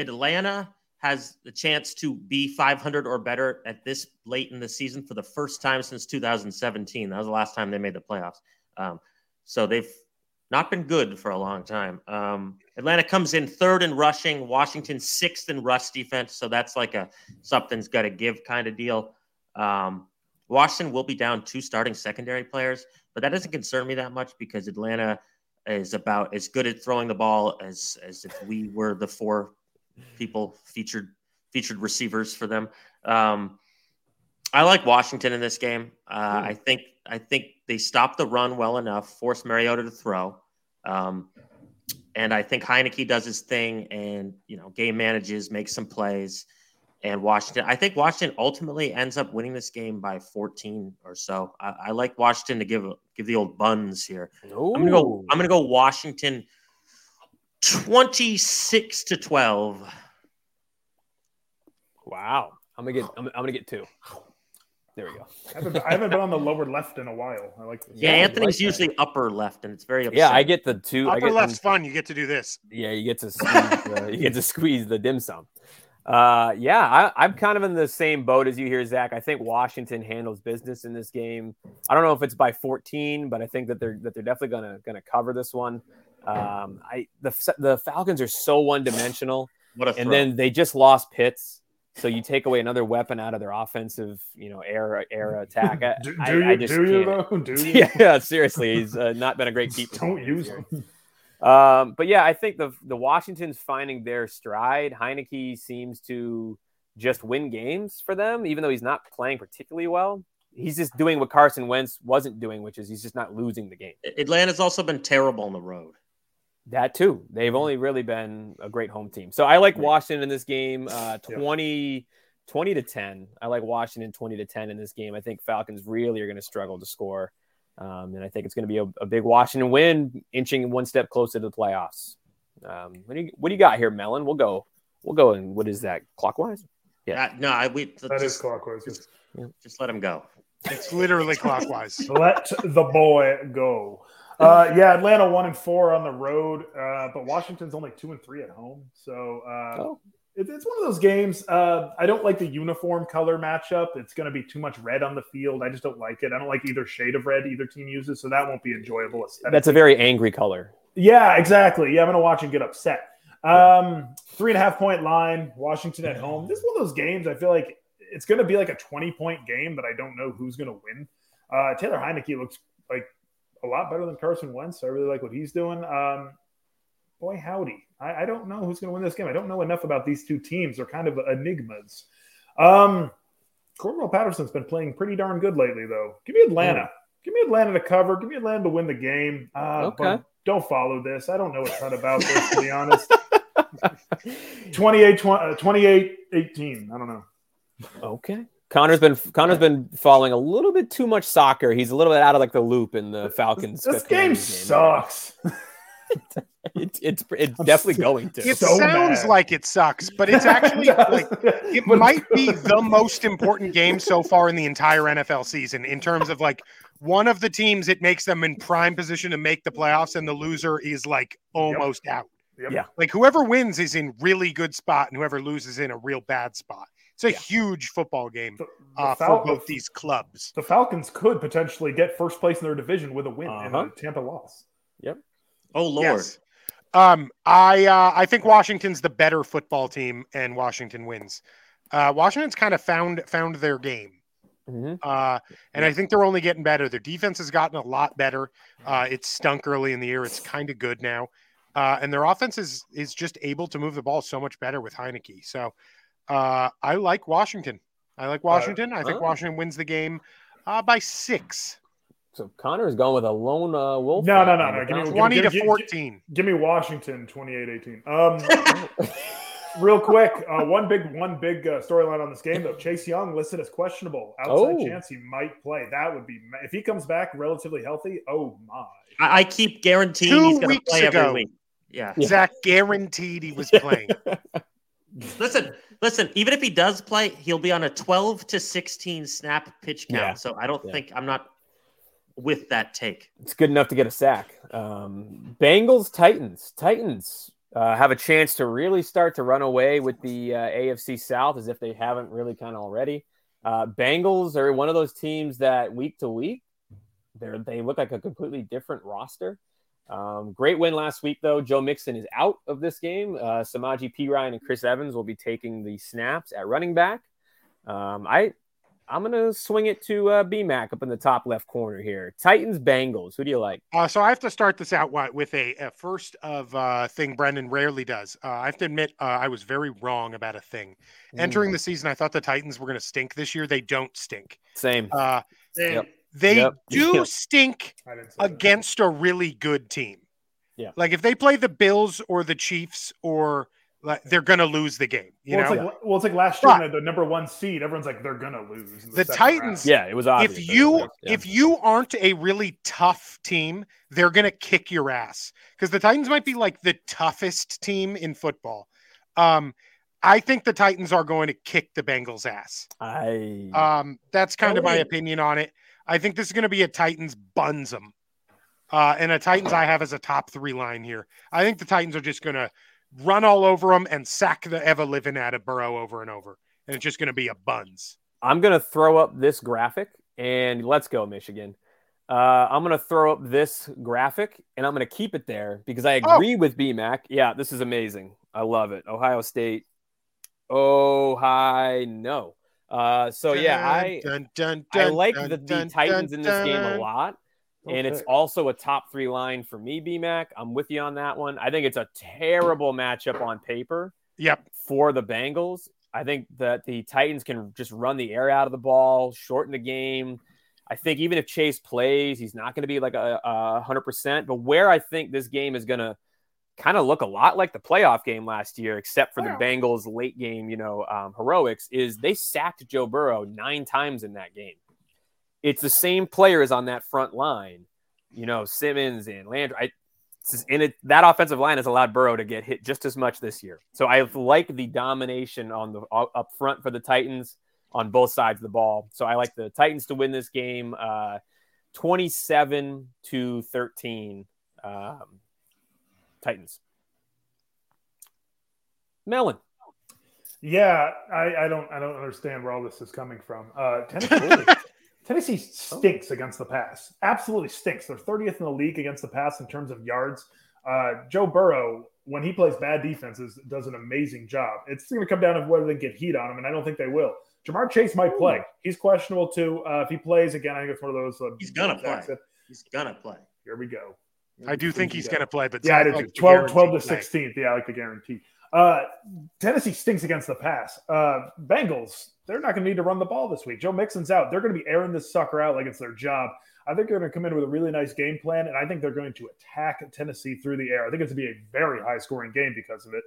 Speaker 2: Atlanta has the chance to be 500 or better at this late in the season for the first time since 2017. That was the last time they made the playoffs. Um, so they've not been good for a long time. Um, Atlanta comes in third in rushing, Washington sixth in rush defense. So that's like a something's got to give kind of deal. Um, Washington will be down two starting secondary players, but that doesn't concern me that much because Atlanta is about as good at throwing the ball as as if we were the four people featured featured receivers for them. Um, I like Washington in this game. Uh, I think I think they stopped the run well enough, forced Mariota to throw, um, and I think Heineke does his thing, and you know, game manages, makes some plays, and Washington. I think Washington ultimately ends up winning this game by 14 or so. I, I like Washington to give give the old buns here. I'm gonna go.
Speaker 1: Ooh.
Speaker 2: I'm gonna go Washington, twenty-six to twelve.
Speaker 4: (sighs)
Speaker 1: Wow. I'm gonna get. I'm, I'm gonna get two. There we go.
Speaker 4: I haven't, I haven't been on the lower left in a while. I like this.
Speaker 2: Yeah,
Speaker 1: Yeah, I
Speaker 2: Anthony's
Speaker 1: like that.
Speaker 2: usually upper left, and it's very upsetting.
Speaker 1: Yeah, I get the two. I
Speaker 3: Upper
Speaker 1: get
Speaker 3: left's fun. You get to do this.
Speaker 1: Yeah, you get to squeeze, uh, you (laughs) get to squeeze the dim sum. Uh, yeah, I, I'm kind of in the same boat as you here, Zach. I think Washington handles business in this game. I don't know if it's by 14, but I think that they're that they're definitely gonna gonna cover this one. Um, I the the Falcons are so one dimensional,
Speaker 2: What a
Speaker 1: and
Speaker 2: throw.
Speaker 1: then they just lost Pitts. So you take away another weapon out of their offensive, you know, air air attack.
Speaker 4: (laughs)
Speaker 1: I,
Speaker 4: Do, do
Speaker 1: I-
Speaker 4: you
Speaker 1: I just
Speaker 4: do you
Speaker 1: can't.
Speaker 4: though? Do (laughs) you?
Speaker 1: Yeah, (laughs) yeah, seriously, he's uh, not been a great keeper.
Speaker 4: Don't
Speaker 1: this
Speaker 4: use
Speaker 1: year.
Speaker 4: them.
Speaker 1: Um, but yeah, I think the the Washington's finding their stride. Heineke seems to just win games for them, even though he's not playing particularly well. He's just doing what Carson Wentz wasn't doing, which is he's just not losing the game.
Speaker 2: Atlanta's also been terrible on the road.
Speaker 1: That too.
Speaker 4: Mm-hmm.
Speaker 1: They've only really been a great home team. So I like
Speaker 2: Right.
Speaker 1: Washington in this game, uh,
Speaker 4: Yeah.
Speaker 1: 20, 20 to 10. I like Washington 20 to 10 in this game. I think Falcons really are going to struggle to score. Um, and I think it's going to be a, a big Washington win, inching one step closer to the playoffs. Um, what, do you, what do you got here, Melon? We'll go. We'll go. And what is that? Clockwise? Yeah.
Speaker 2: Uh, no, I, we
Speaker 4: That is
Speaker 2: just,
Speaker 4: clockwise.
Speaker 2: just let him go.
Speaker 3: It's literally clockwise.
Speaker 4: Let the boy go. Uh, yeah, Atlanta one and four on the road, uh, but Washington's only two and three at home. So uh,
Speaker 1: Oh.
Speaker 4: it, it's one of those games. Uh, I don't like the uniform color matchup. It's going to be too much red on the field. I just don't like it. I don't like either shade of red either team uses, so that won't be enjoyable. aesthetically.
Speaker 1: That's a very angry color.
Speaker 4: Yeah, exactly. Yeah, I'm gonna watch and get upset. Um, three and a half point line, Washington at home. This is one of those games I feel like it's gonna be like a 20 point game that I don't know who's gonna win. Uh, Taylor Heineke looks like a lot better than Carson Wentz. I really like what he's doing. Um, boy, howdy. I, I don't know who's gonna win this game. I don't know enough about these two teams. They're kind of enigmas. Um, Cordell Patterson's been playing pretty darn good lately, though. Give me Atlanta. Give me Atlanta to cover. Give me Atlanta to win the game. Uh,
Speaker 1: Okay.
Speaker 4: but don't follow this. I don't know a ton about this, to be honest. 28, 20, uh, 28 18. I don't know.
Speaker 1: Okay. Connor's been Connor's been following a little bit too much soccer. He's a little bit out of like the loop in the Falcons.
Speaker 4: This, this game
Speaker 1: Commanders
Speaker 4: sucks.
Speaker 1: (laughs) It's it's it's
Speaker 4: I'm
Speaker 1: definitely
Speaker 4: so-
Speaker 1: going to.
Speaker 3: It
Speaker 4: So
Speaker 3: sounds
Speaker 4: bad.
Speaker 3: like it sucks,
Speaker 4: (laughs)
Speaker 3: but it's actually
Speaker 4: It does.
Speaker 3: like it might be the most important game so far in the entire NFL season in terms of like one of the teams it makes them in prime position to make the playoffs and the loser is like almost out.
Speaker 4: Yep.
Speaker 1: Yeah.
Speaker 3: Like whoever wins is in really good spot and whoever loses in a real bad spot. It's a
Speaker 1: Yeah.
Speaker 3: huge football game
Speaker 4: The, the
Speaker 3: uh, for
Speaker 4: Fal-
Speaker 3: both these clubs.
Speaker 4: the Falcons could potentially get first place in their division with a win and
Speaker 1: Uh-huh.
Speaker 4: a Tampa loss.
Speaker 2: Oh Lord,
Speaker 3: Yes. Um, I uh, I think Washington's the better football team and Washington wins. Uh, Washington's kind of found found their game.
Speaker 1: Mhm.
Speaker 3: Uh, and I think they're only getting better. Their defense has gotten a lot better. Uh, it stunk early in the year. It's kind of good now. Uh, and their offense is is just able to move the ball so much better with Heineke. So uh, I like Washington. I
Speaker 4: Uh,
Speaker 3: like Washington. I think
Speaker 1: oh.
Speaker 3: Washington wins the game uh, by six,
Speaker 1: So Connor's going with a lone uh, wolf.
Speaker 4: No,
Speaker 1: pack
Speaker 4: no, no,
Speaker 1: on
Speaker 4: no.
Speaker 1: the
Speaker 4: Give me-
Speaker 1: Falcons.
Speaker 3: 20 to
Speaker 4: give- give-
Speaker 3: 14.
Speaker 4: Give me Washington 28 18.
Speaker 1: (laughs)
Speaker 4: Um,
Speaker 1: Oh.
Speaker 4: Real quick, uh, one big one big uh, storyline on this game though. Chase Young listed as questionable. Outside
Speaker 1: Oh.
Speaker 4: chance he might play. That would be ma- if he comes back relatively healthy. Oh my!
Speaker 2: I, I keep guaranteeing
Speaker 3: Two
Speaker 2: he's going to
Speaker 3: weeks
Speaker 2: play
Speaker 3: ago.
Speaker 2: every week. Yeah.
Speaker 1: Yeah.
Speaker 3: Zach guaranteed he
Speaker 4: (laughs)
Speaker 3: was playing.
Speaker 2: Listen, listen. Even if he does play, he'll be on a 12 to 16 snap pitch count.
Speaker 1: Yeah.
Speaker 2: So I don't
Speaker 1: Yeah.
Speaker 2: think I'm not with that take.
Speaker 1: It's good enough to get a sack. Um, Bengals, Titans, Titans uh, have a chance to really start to run away with the uh, AFC South as if they haven't really kind of already. Uh, Bengals are one of those teams that week to week, they are they look like a completely different roster. Um, great win last week though. Joe Mixon is out of this game. Uh, Samaji P Ryan and Chris Evans will be taking the snaps at running back. Um, I I'm gonna swing it to uh, B Mac up in the top left corner here. Titans Bengals. Who do you like?
Speaker 3: Uh, so I have to start this out wi- with a, a first of uh, thing Brendan rarely does. Uh, I have to admit uh, I was very wrong about a thing. Entering the season, I thought the Titans were going to stink this year. They don't stink.
Speaker 1: same.
Speaker 3: Uh,
Speaker 1: Yep.
Speaker 3: they
Speaker 1: Yep.
Speaker 3: do
Speaker 1: Yep.
Speaker 3: stink
Speaker 4: I didn't say that.
Speaker 3: against a really good team.
Speaker 1: Yeah.
Speaker 3: Like if they play the Bills or the Chiefs or like, they're going to lose the game. You
Speaker 4: well,
Speaker 3: know,
Speaker 4: it's like, well, it's like last year,
Speaker 3: But-
Speaker 4: when the number one seed. Everyone's like, they're gonna lose. in
Speaker 3: The
Speaker 4: second
Speaker 3: Titans-
Speaker 1: yeah, it was obvious.
Speaker 3: if you
Speaker 1: Yeah.
Speaker 3: if you aren't a really tough team, they're gonna kick your ass because the Titans might be like the toughest team in football. Um, I think the Titans are going to kick the Bengals' ass.
Speaker 1: I
Speaker 3: Um, that's kind of my
Speaker 4: Totally.
Speaker 3: opinion on it. I think this is going to be a Titans bunsum, uh, and a Titans I have as a top three line here. I think the Titans are just going to run all over them and sack the ever living out of Burrow over and over, and it's just going to be a buns.
Speaker 1: I'm gonna throw up this graphic and let's go Michigan. Uh, I'm gonna throw up this graphic and I'm gonna keep it there because I
Speaker 3: Oh.
Speaker 1: agree with BMAC. Yeah, this is amazing. I love it. Ohio State. Oh hi no. Uh, so yeah, I
Speaker 3: Dun, dun,
Speaker 1: I
Speaker 3: dun,
Speaker 1: like
Speaker 3: dun,
Speaker 1: the, the
Speaker 3: dun,
Speaker 1: Titans in this
Speaker 3: dun,
Speaker 1: game a
Speaker 3: dun.
Speaker 1: lot.
Speaker 4: Oh,
Speaker 1: And it's also a top three line for me, BMAC. I'm with you on that one. I think it's a terrible matchup on paper
Speaker 3: Yep,
Speaker 1: for the Bengals. I think that the Titans can just run the air out of the ball, shorten the game. I think even if Chase plays, he's not going to be like a, a 100%. But where I think this game is going to kind of look a lot like the playoff game last year, except for the Bengals' late game, you know, um, heroics, is they sacked Joe Burrow nine times in that game. It's the same players on that front line, you know, Simmons and Landry. I, it's just- and it, that offensive line has allowed Burrow to get hit just as much this year. So I like the domination on the up front for the Titans on both sides of the ball. So I like the Titans to win this game, uh, twenty-seven to thirteen. Um, Titans. Melon.
Speaker 4: Yeah, I, I don't I don't understand where all this is coming from. Uh,
Speaker 3: (laughs)
Speaker 4: Tennessee, Tennessee stinks against the pass. Absolutely stinks. They're 30th in the league against the pass in terms of yards. Uh, Joe Burrow, when he plays bad defenses, does an amazing job. It's going to come down to whether they get heat on him, and I don't think they will. Jamar Chase might play. He's questionable too. Uh, if he plays again, I think it's one of those. Uh,
Speaker 2: He's gonna play. He's gonna play.
Speaker 4: Here we go.
Speaker 3: I do think he's going to play, but
Speaker 4: Yeah, I
Speaker 3: sounds
Speaker 4: do.
Speaker 3: like
Speaker 4: Like
Speaker 3: it's a
Speaker 4: 12, 12 to
Speaker 3: guaranteed play.
Speaker 4: 16th. Yeah, I like the guarantee. Uh, Tennessee stinks against the pass. Uh, Bengals, they're not going to need to run the ball this week. Joe Mixon's out. They're going to be airing this sucker out like it's their job. I think they're going to come in with a really nice game plan, and I think they're going to attack Tennessee through the air. I think it's going to be a very high scoring game because of it.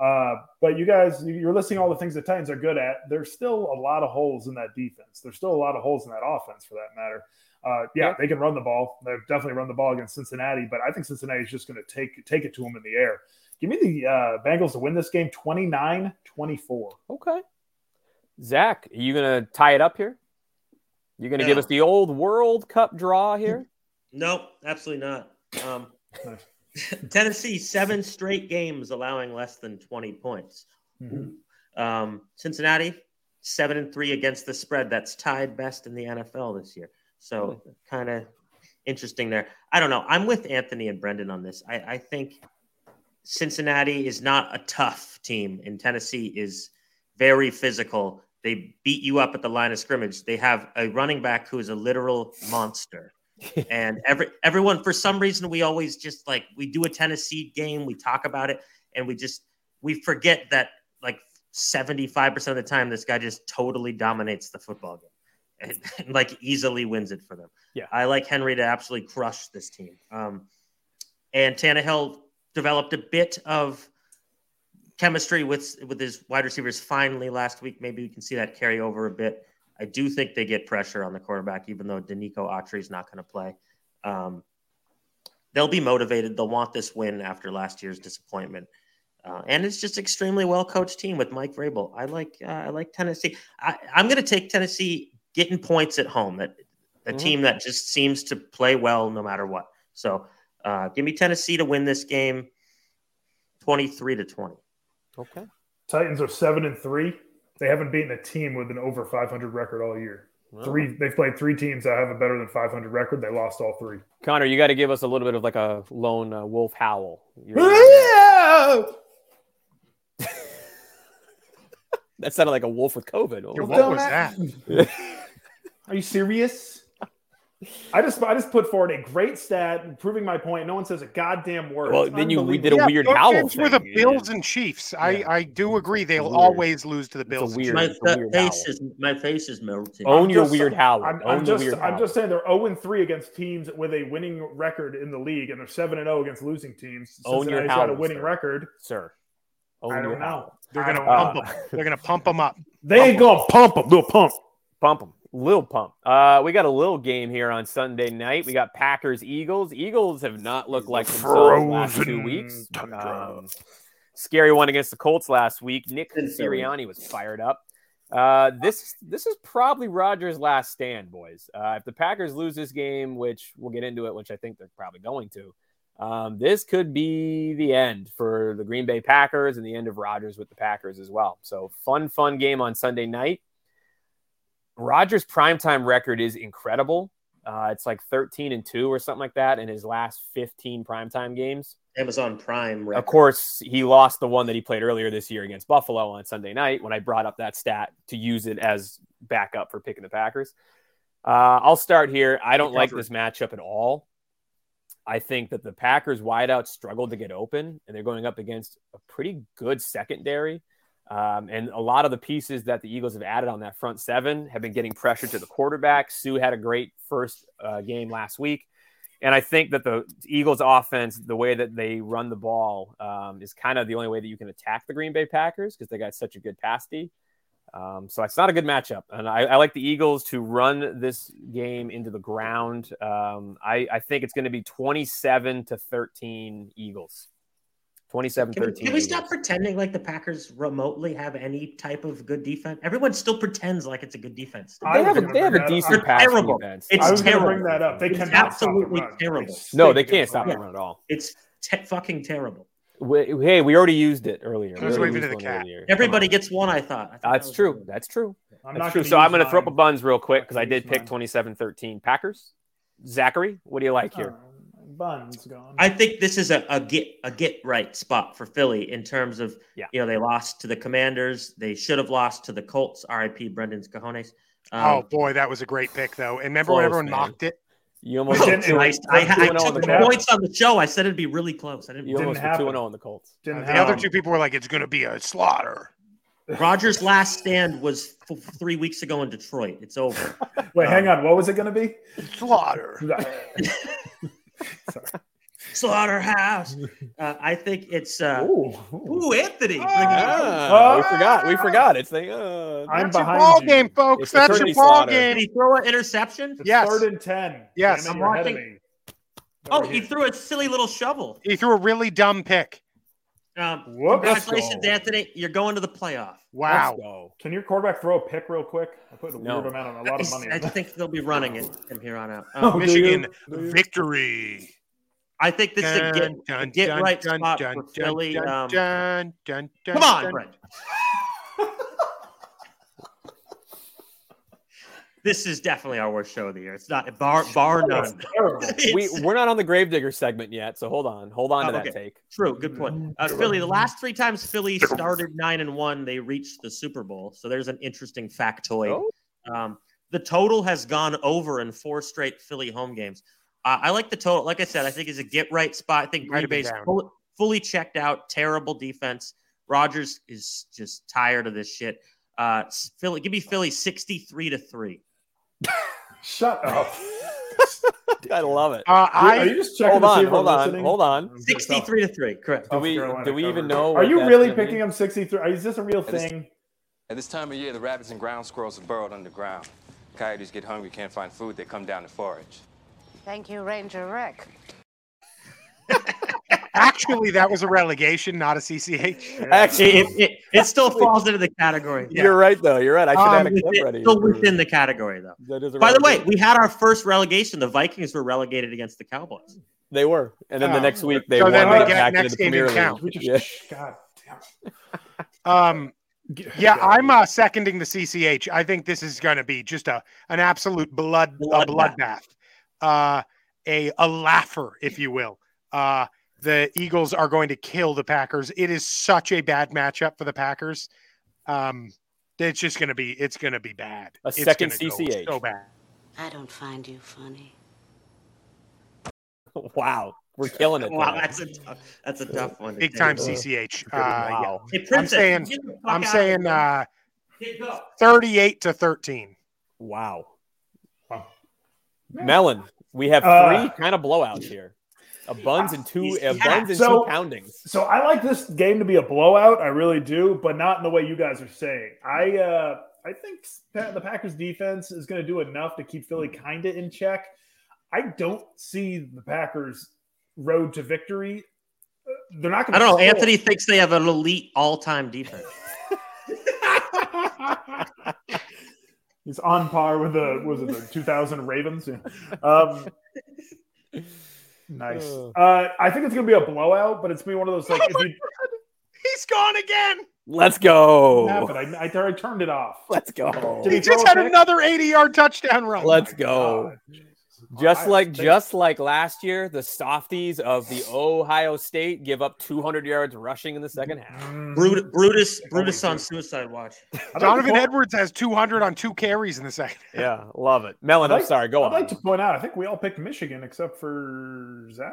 Speaker 4: Uh, but you guys, you- you're listing all the things the Titans are good at. There's still a lot of holes in that defense. There's still a lot of holes in that offense, for that matter. Uh, yeah,
Speaker 1: Yeah.
Speaker 4: they can run the ball. They've definitely run the ball against Cincinnati, but I think Cincinnati's just going to take take it to them in the air. Give me the uh, Bengals to win this game 29 24.
Speaker 1: Okay. Zach, are you gonna tie it up here? You're gonna give
Speaker 2: No.
Speaker 1: us the old World Cup draw here.
Speaker 2: Nope, absolutely not. Um, (laughs) Tennessee seven straight games allowing less than twenty points.
Speaker 1: Mm-hmm.
Speaker 2: Um, Cincinnati seven and three against the spread. That's tied best in the NFL this year. So kind of interesting there. I don't know. I'm with Anthony and Brendan on this. I, I think Cincinnati is not a tough team, and Tennessee is very physical. They beat you up at the line of scrimmage. They have a running back who is a literal monster. and every everyone for some reason we always just like we do a Tennessee game, we talk about it, and we just we forget that like 75% of the time this guy just totally dominates the football game and, (laughs) like easily wins it for them.
Speaker 1: Yeah.
Speaker 2: I like Henry to absolutely crush this team. Um and Tannehill developed a bit of chemistry with with his wide receivers finally last week. Maybe we can see that carry over a bit. I do think they get pressure on the quarterback, even though Danico Autry is not going to play. Um, they'll be motivated. They'll want this win after last year's disappointment. Uh, and it's just extremely well coached team with Mike Vrabel. I like uh, I like Tennessee. I, I'm going to take Tennessee getting points at home. That a
Speaker 1: Mhm.
Speaker 2: team that just seems to play well no matter what. So uh, give me Tennessee to win this game, 23 to 20.
Speaker 1: Okay.
Speaker 4: Titans are 7 and 3. They haven't beaten a team with an over 500 record all year.
Speaker 1: Well,
Speaker 4: Three, they've played three teams that have a better than 500 record. They lost all three.
Speaker 1: Connor, you got to give us a little bit of like a lone uh, wolf howl. You're- that sounded like a wolf with COVID.
Speaker 3: Your
Speaker 1: What
Speaker 3: what was that?
Speaker 1: was-
Speaker 4: Are you serious? I just I just put forward a great stat proving my point. No one says a goddamn word.
Speaker 1: Well,
Speaker 4: It's
Speaker 1: then you- we
Speaker 4: unbelievable.
Speaker 1: did a weird
Speaker 3: both
Speaker 1: howl
Speaker 3: games were the
Speaker 1: thing.
Speaker 3: Bills and Chiefs. I,
Speaker 1: Yeah.
Speaker 3: I do agree they'll
Speaker 1: weird.
Speaker 3: always lose to the
Speaker 1: a
Speaker 3: Bills. and
Speaker 1: weird-
Speaker 3: Chiefs.
Speaker 2: My,
Speaker 1: It's a
Speaker 2: fa-
Speaker 1: weird
Speaker 2: face
Speaker 1: hour.
Speaker 2: is, my face is melting.
Speaker 1: Own
Speaker 4: I'm
Speaker 1: your
Speaker 4: just-
Speaker 1: weird howl.
Speaker 4: I'm,
Speaker 1: Own
Speaker 4: I'm
Speaker 1: your
Speaker 4: just
Speaker 1: weird
Speaker 4: I'm
Speaker 1: howl.
Speaker 4: just saying they're 0 and 3 against teams with a winning record in the league, and they're 7 and 0 against losing teams.
Speaker 1: Own your
Speaker 4: Cincinnati's got a
Speaker 1: howls,
Speaker 4: winning
Speaker 1: sir.
Speaker 4: record.
Speaker 1: sir. Own
Speaker 4: I
Speaker 1: your
Speaker 4: don't know.
Speaker 1: howl.
Speaker 3: They're gonna
Speaker 1: Uh,
Speaker 3: pump 'em. They're gonna pump them up.
Speaker 4: They ain't gonna pump them. They'll pump.
Speaker 1: Pump them. Little pump. Uh, we got a little game here on Sunday night. We got Packers Eagles. Eagles have not looked like themselves last two
Speaker 4: Frozen
Speaker 1: weeks. Um,
Speaker 4: tundra.
Speaker 1: Scary one against the Colts last week. Nick
Speaker 5: And so-
Speaker 1: Sirianni was fired up. Uh, this this is probably Rogers' last stand, boys. Uh, if the Packers lose this game, which we'll get into it, which I think they're probably going to, um, this could be the end for the Green Bay Packers and the end of Rogers with the Packers as well. So fun, fun game on Sunday night. Rogers' primetime record is incredible. Uh, it's like 13 and 2 or something like that in his last 15 primetime games.
Speaker 2: Amazon Prime.
Speaker 1: Of course, he lost the one that he played earlier this year against Buffalo on Sunday night when I brought up that stat to use it as backup for picking the Packers. Uh, I'll start here. I don't like this matchup at all. I think that the Packers wideouts struggled to get open, and they're going up against a pretty good secondary. Um, and a lot of the pieces that the Eagles have added on that front seven have been getting pressure to the quarterback. Sue had a great first uh, game last week. And I think that the Eagles' offense, the way that they run the ball, um, is kind of the only way that you can attack the Green Bay Packers because they got such a good pass D. Um, so it's not a good matchup. And I, I like the Eagles to run this game into the ground. Um, I, I think it's going to be 27 to 13 Eagles. 27
Speaker 2: Can we,
Speaker 1: 13.
Speaker 2: can we stop pretending like the Packers remotely have any type of good defense? Everyone still pretends like it's a good defense.
Speaker 1: They
Speaker 4: I was
Speaker 1: have a,
Speaker 4: gonna
Speaker 1: they have
Speaker 4: bring
Speaker 1: a
Speaker 4: that up.
Speaker 1: decent
Speaker 4: I'm
Speaker 1: pass
Speaker 2: terrible.
Speaker 1: defense.
Speaker 2: It's
Speaker 4: I was going to
Speaker 2: terrible.
Speaker 4: bring that up. They
Speaker 2: It's
Speaker 4: cannot
Speaker 2: absolutely
Speaker 4: stop the run.
Speaker 2: terrible.
Speaker 4: They
Speaker 1: no,
Speaker 4: stink
Speaker 1: they can't
Speaker 4: against
Speaker 1: stop
Speaker 4: the
Speaker 1: the
Speaker 4: run.
Speaker 1: run at all.
Speaker 2: It's te- fucking terrible.
Speaker 1: We, hey, we already used it earlier. We
Speaker 3: Let's
Speaker 1: already
Speaker 3: wave it to
Speaker 1: used
Speaker 3: the
Speaker 1: one
Speaker 3: cat.
Speaker 1: earlier. Come
Speaker 2: Everybody
Speaker 1: on.
Speaker 2: gets one. I thought. I thought that
Speaker 1: That's
Speaker 2: was
Speaker 1: true.
Speaker 2: good.
Speaker 1: That's true.
Speaker 4: I'm
Speaker 1: That's
Speaker 4: not
Speaker 1: true.
Speaker 4: gonna
Speaker 1: So I'm
Speaker 4: use
Speaker 1: going to throw up a
Speaker 4: mine.
Speaker 1: buns real quick because
Speaker 4: Not
Speaker 1: I
Speaker 4: gonna
Speaker 1: did
Speaker 4: use
Speaker 1: pick
Speaker 4: mine.
Speaker 1: 27 13 Packers. Zachary, what do you like here?
Speaker 4: Oh, my bun's gone.
Speaker 2: I think this is a, a get a get right spot for Philly in terms of
Speaker 1: Yeah.
Speaker 2: you know they lost to the Commanders. They should have lost to the Colts. R.I.P. Brendan's Cajones. Um,
Speaker 3: oh boy, that was a great pick though. And remember when
Speaker 1: Close,
Speaker 3: everyone
Speaker 1: man.
Speaker 3: mocked it?
Speaker 4: (laughs)
Speaker 1: You
Speaker 2: Oh,
Speaker 1: almost
Speaker 4: Didn't- it was-
Speaker 2: Christ. I, I,
Speaker 1: Didn't-
Speaker 2: took
Speaker 1: Didn't-
Speaker 2: the points on the show. I said it'd be really close. I
Speaker 1: you
Speaker 2: didn't.
Speaker 1: almost were 2
Speaker 4: happen.
Speaker 1: 0 on oh the Colts.
Speaker 4: Didn't
Speaker 3: Uh, the
Speaker 4: happen.
Speaker 3: other two people were like, "It's going to be a slaughter."
Speaker 2: (laughs) Rogers' last stand was f- three weeks ago in Detroit. It's over.
Speaker 4: Wait, hang on. What was it going to be?
Speaker 3: Slaughter.
Speaker 2: Slaughterhouse. Uh, I think it's. Uh,
Speaker 4: Ooh.
Speaker 2: ooh, Anthony. bring it up.
Speaker 1: Ah, we forgot. We forgot. It's the. Uh,
Speaker 4: I'm
Speaker 3: That's your
Speaker 4: behind
Speaker 3: ball
Speaker 4: you.
Speaker 3: game, folks.
Speaker 1: It's the
Speaker 3: That's your
Speaker 1: turkey
Speaker 3: ball
Speaker 1: slaughter.
Speaker 2: Did
Speaker 3: game.
Speaker 2: he throw an interception?
Speaker 4: It's
Speaker 3: Yes.
Speaker 4: Third and ten.
Speaker 3: Yes.
Speaker 4: Damn it,
Speaker 2: I'm
Speaker 4: you're ahead of
Speaker 2: watching.
Speaker 4: me.
Speaker 2: Oh,
Speaker 4: Over
Speaker 2: he
Speaker 4: here.
Speaker 2: threw a silly little shovel.
Speaker 3: He threw a really dumb pick.
Speaker 2: Um,
Speaker 4: Whoop.
Speaker 2: congratulations,
Speaker 4: Let's go.
Speaker 2: Anthony. You're going to the playoff.
Speaker 3: Wow.
Speaker 1: Let's go.
Speaker 4: Can your quarterback throw a pick real quick? I put a
Speaker 1: No.
Speaker 4: weird amount on a lot of money.
Speaker 2: I
Speaker 4: on that.
Speaker 2: think they'll be running it from here on out.
Speaker 4: Oh,
Speaker 2: Um,
Speaker 4: do you?
Speaker 3: Michigan
Speaker 4: Do you?
Speaker 3: victory.
Speaker 2: I think this is a get,
Speaker 3: Dun, dun,
Speaker 2: get
Speaker 3: dun,
Speaker 2: right
Speaker 3: dun,
Speaker 2: spot
Speaker 3: dun,
Speaker 2: for
Speaker 3: dun,
Speaker 2: Philly.
Speaker 3: dun,
Speaker 2: Um,
Speaker 3: dun, dun, dun,
Speaker 2: Come on,
Speaker 3: dun.
Speaker 2: Brent. this is definitely our worst show of the year. It's not bar bar
Speaker 4: That's
Speaker 3: (laughs)
Speaker 2: none.
Speaker 4: (laughs) terrible.
Speaker 1: We,
Speaker 2: It's-
Speaker 1: we're not on the Gravedigger segment yet, so hold on. Hold on
Speaker 2: Oh,
Speaker 1: to that
Speaker 2: okay.
Speaker 1: take.
Speaker 2: True, good point. Uh, Philly, the last three times Philly started nine and one, they reached the Super Bowl. So there's an interesting factoid. Um, the total has gone over in four straight Philly home games. Uh, I like the total. Like I said, I think it's a get right spot. I think
Speaker 3: Might
Speaker 2: Green
Speaker 3: have been
Speaker 2: Bay's
Speaker 3: down.
Speaker 2: fully, fully checked out. Terrible defense. Rogers is just tired of this shit. Uh, Philly, give me Philly sixty-three to three.
Speaker 4: Shut up.
Speaker 1: (laughs) I love it.
Speaker 3: Uh,
Speaker 4: Are
Speaker 3: I
Speaker 4: you just checking
Speaker 1: Hold
Speaker 4: to
Speaker 1: on.
Speaker 4: see if I'm
Speaker 1: Hold on.
Speaker 4: listening?
Speaker 1: Hold on.
Speaker 4: I'm pretty tough.
Speaker 2: Sixty-three to three,
Speaker 4: (laughs)
Speaker 2: correct?
Speaker 1: Do we,
Speaker 4: Carolina
Speaker 1: do we even
Speaker 4: covered.
Speaker 1: know?
Speaker 4: Are
Speaker 1: what
Speaker 4: you
Speaker 1: that's
Speaker 4: really
Speaker 1: gonna be?
Speaker 4: picking him 63? Is this a real
Speaker 6: That is-
Speaker 4: thing?
Speaker 6: At this time of year, the rabbits and ground squirrels are burrowed underground. Coyotes get hungry, can't find food, they come down to forage.
Speaker 7: Thank you, Ranger Rick.
Speaker 3: actually that was a relegation, not a CCH.
Speaker 1: Actually,
Speaker 2: It, it, it, it still falls into the category.
Speaker 1: (laughs) you're right, though. You're right. I should have
Speaker 3: Um,
Speaker 1: had a
Speaker 2: It's
Speaker 1: clip ready.
Speaker 2: still within the category, though.
Speaker 1: That is a
Speaker 2: By the way,
Speaker 1: relegation.
Speaker 2: we had our first relegation. The Vikings were relegated against the Cowboys.
Speaker 1: they were, and then the
Speaker 3: Oh.
Speaker 1: next week they
Speaker 3: So
Speaker 1: won
Speaker 3: then
Speaker 4: they
Speaker 1: right
Speaker 4: get-
Speaker 1: back into
Speaker 3: next
Speaker 1: the
Speaker 3: game
Speaker 1: Premier
Speaker 3: didn't
Speaker 1: League.
Speaker 3: count.
Speaker 4: We just,
Speaker 1: Yeah.
Speaker 4: God damn
Speaker 3: Um,
Speaker 4: it.
Speaker 3: yeah, I'm uh, seconding the CCH. I think this is going to be just a an absolute blood a
Speaker 2: Bloodbath.
Speaker 3: bloodbath, uh, a a laugher, if you will. Uh, the Eagles are going to kill the Packers. It is such a bad matchup for the Packers. Um, it's just going to be it's going to be bad.
Speaker 1: A
Speaker 3: It's
Speaker 1: second
Speaker 3: gonna go
Speaker 1: CCH.
Speaker 3: so bad.
Speaker 7: I don't find you funny.
Speaker 1: (laughs) Wow,
Speaker 2: (laughs)
Speaker 1: we're killing it.
Speaker 2: Wow,
Speaker 1: there.
Speaker 2: that's a tough, that's a tough one. to
Speaker 3: Big
Speaker 2: take.
Speaker 3: time CCH. Uh, yeah.
Speaker 1: wow.
Speaker 2: Hey, Princess,
Speaker 3: saying-
Speaker 2: get the fuck
Speaker 3: I'm
Speaker 2: out of
Speaker 3: saying
Speaker 2: here.
Speaker 3: uh,
Speaker 2: Get go.
Speaker 3: 38 to 13.
Speaker 1: Wow.
Speaker 4: Wow.
Speaker 1: Melon, we have three
Speaker 4: Uh,
Speaker 1: kind of blowouts here. A buns and two
Speaker 2: Yeah,
Speaker 1: a buns and
Speaker 4: so-
Speaker 1: two poundings.
Speaker 4: So I like this game to be a blowout. I really do, but not in the way you guys are saying. I uh, I think Pa- the Packers defense is going to do enough to keep Philly kind of in check. I don't see the Packers road to victory Uh, They're not going
Speaker 2: I don't know. Anthony thinks they have an elite all-time defense.
Speaker 4: (laughs) He's on par with the what was it the 2000 Ravens. Yeah. Um, nice.
Speaker 1: Oh.
Speaker 4: Uh, I think it's gonna be a blowout, but it's gonna be one of those like if
Speaker 2: (laughs)
Speaker 4: you
Speaker 3: He's gone again.
Speaker 1: Let's
Speaker 2: Oh.
Speaker 1: go.
Speaker 4: happen, I, I already turned it off.
Speaker 1: (laughs) Let's go.
Speaker 4: Did
Speaker 3: He
Speaker 4: he throw
Speaker 3: just
Speaker 4: a
Speaker 3: had
Speaker 4: pick?
Speaker 3: another 80 yard touchdown run.
Speaker 1: Let's go.
Speaker 4: God, Jesus.
Speaker 1: Oh, Just
Speaker 4: Ohio
Speaker 1: like
Speaker 4: State.
Speaker 1: just like last year, the softies of the Ohio State give up 200 yards rushing in the second half.
Speaker 4: Mhm.
Speaker 2: (laughs) Brut- Brutus,
Speaker 4: Always
Speaker 2: Brutus on suicide watch.
Speaker 4: I'd
Speaker 3: Donovan
Speaker 4: like to
Speaker 3: Edwards has 200 on two carries in the second.
Speaker 1: Yeah, love it. Melon,
Speaker 4: I'd
Speaker 1: I'm
Speaker 4: like-
Speaker 1: sorry. Go
Speaker 4: point-
Speaker 1: on.
Speaker 4: I'd like to point out, I think we all picked Michigan except for Zach.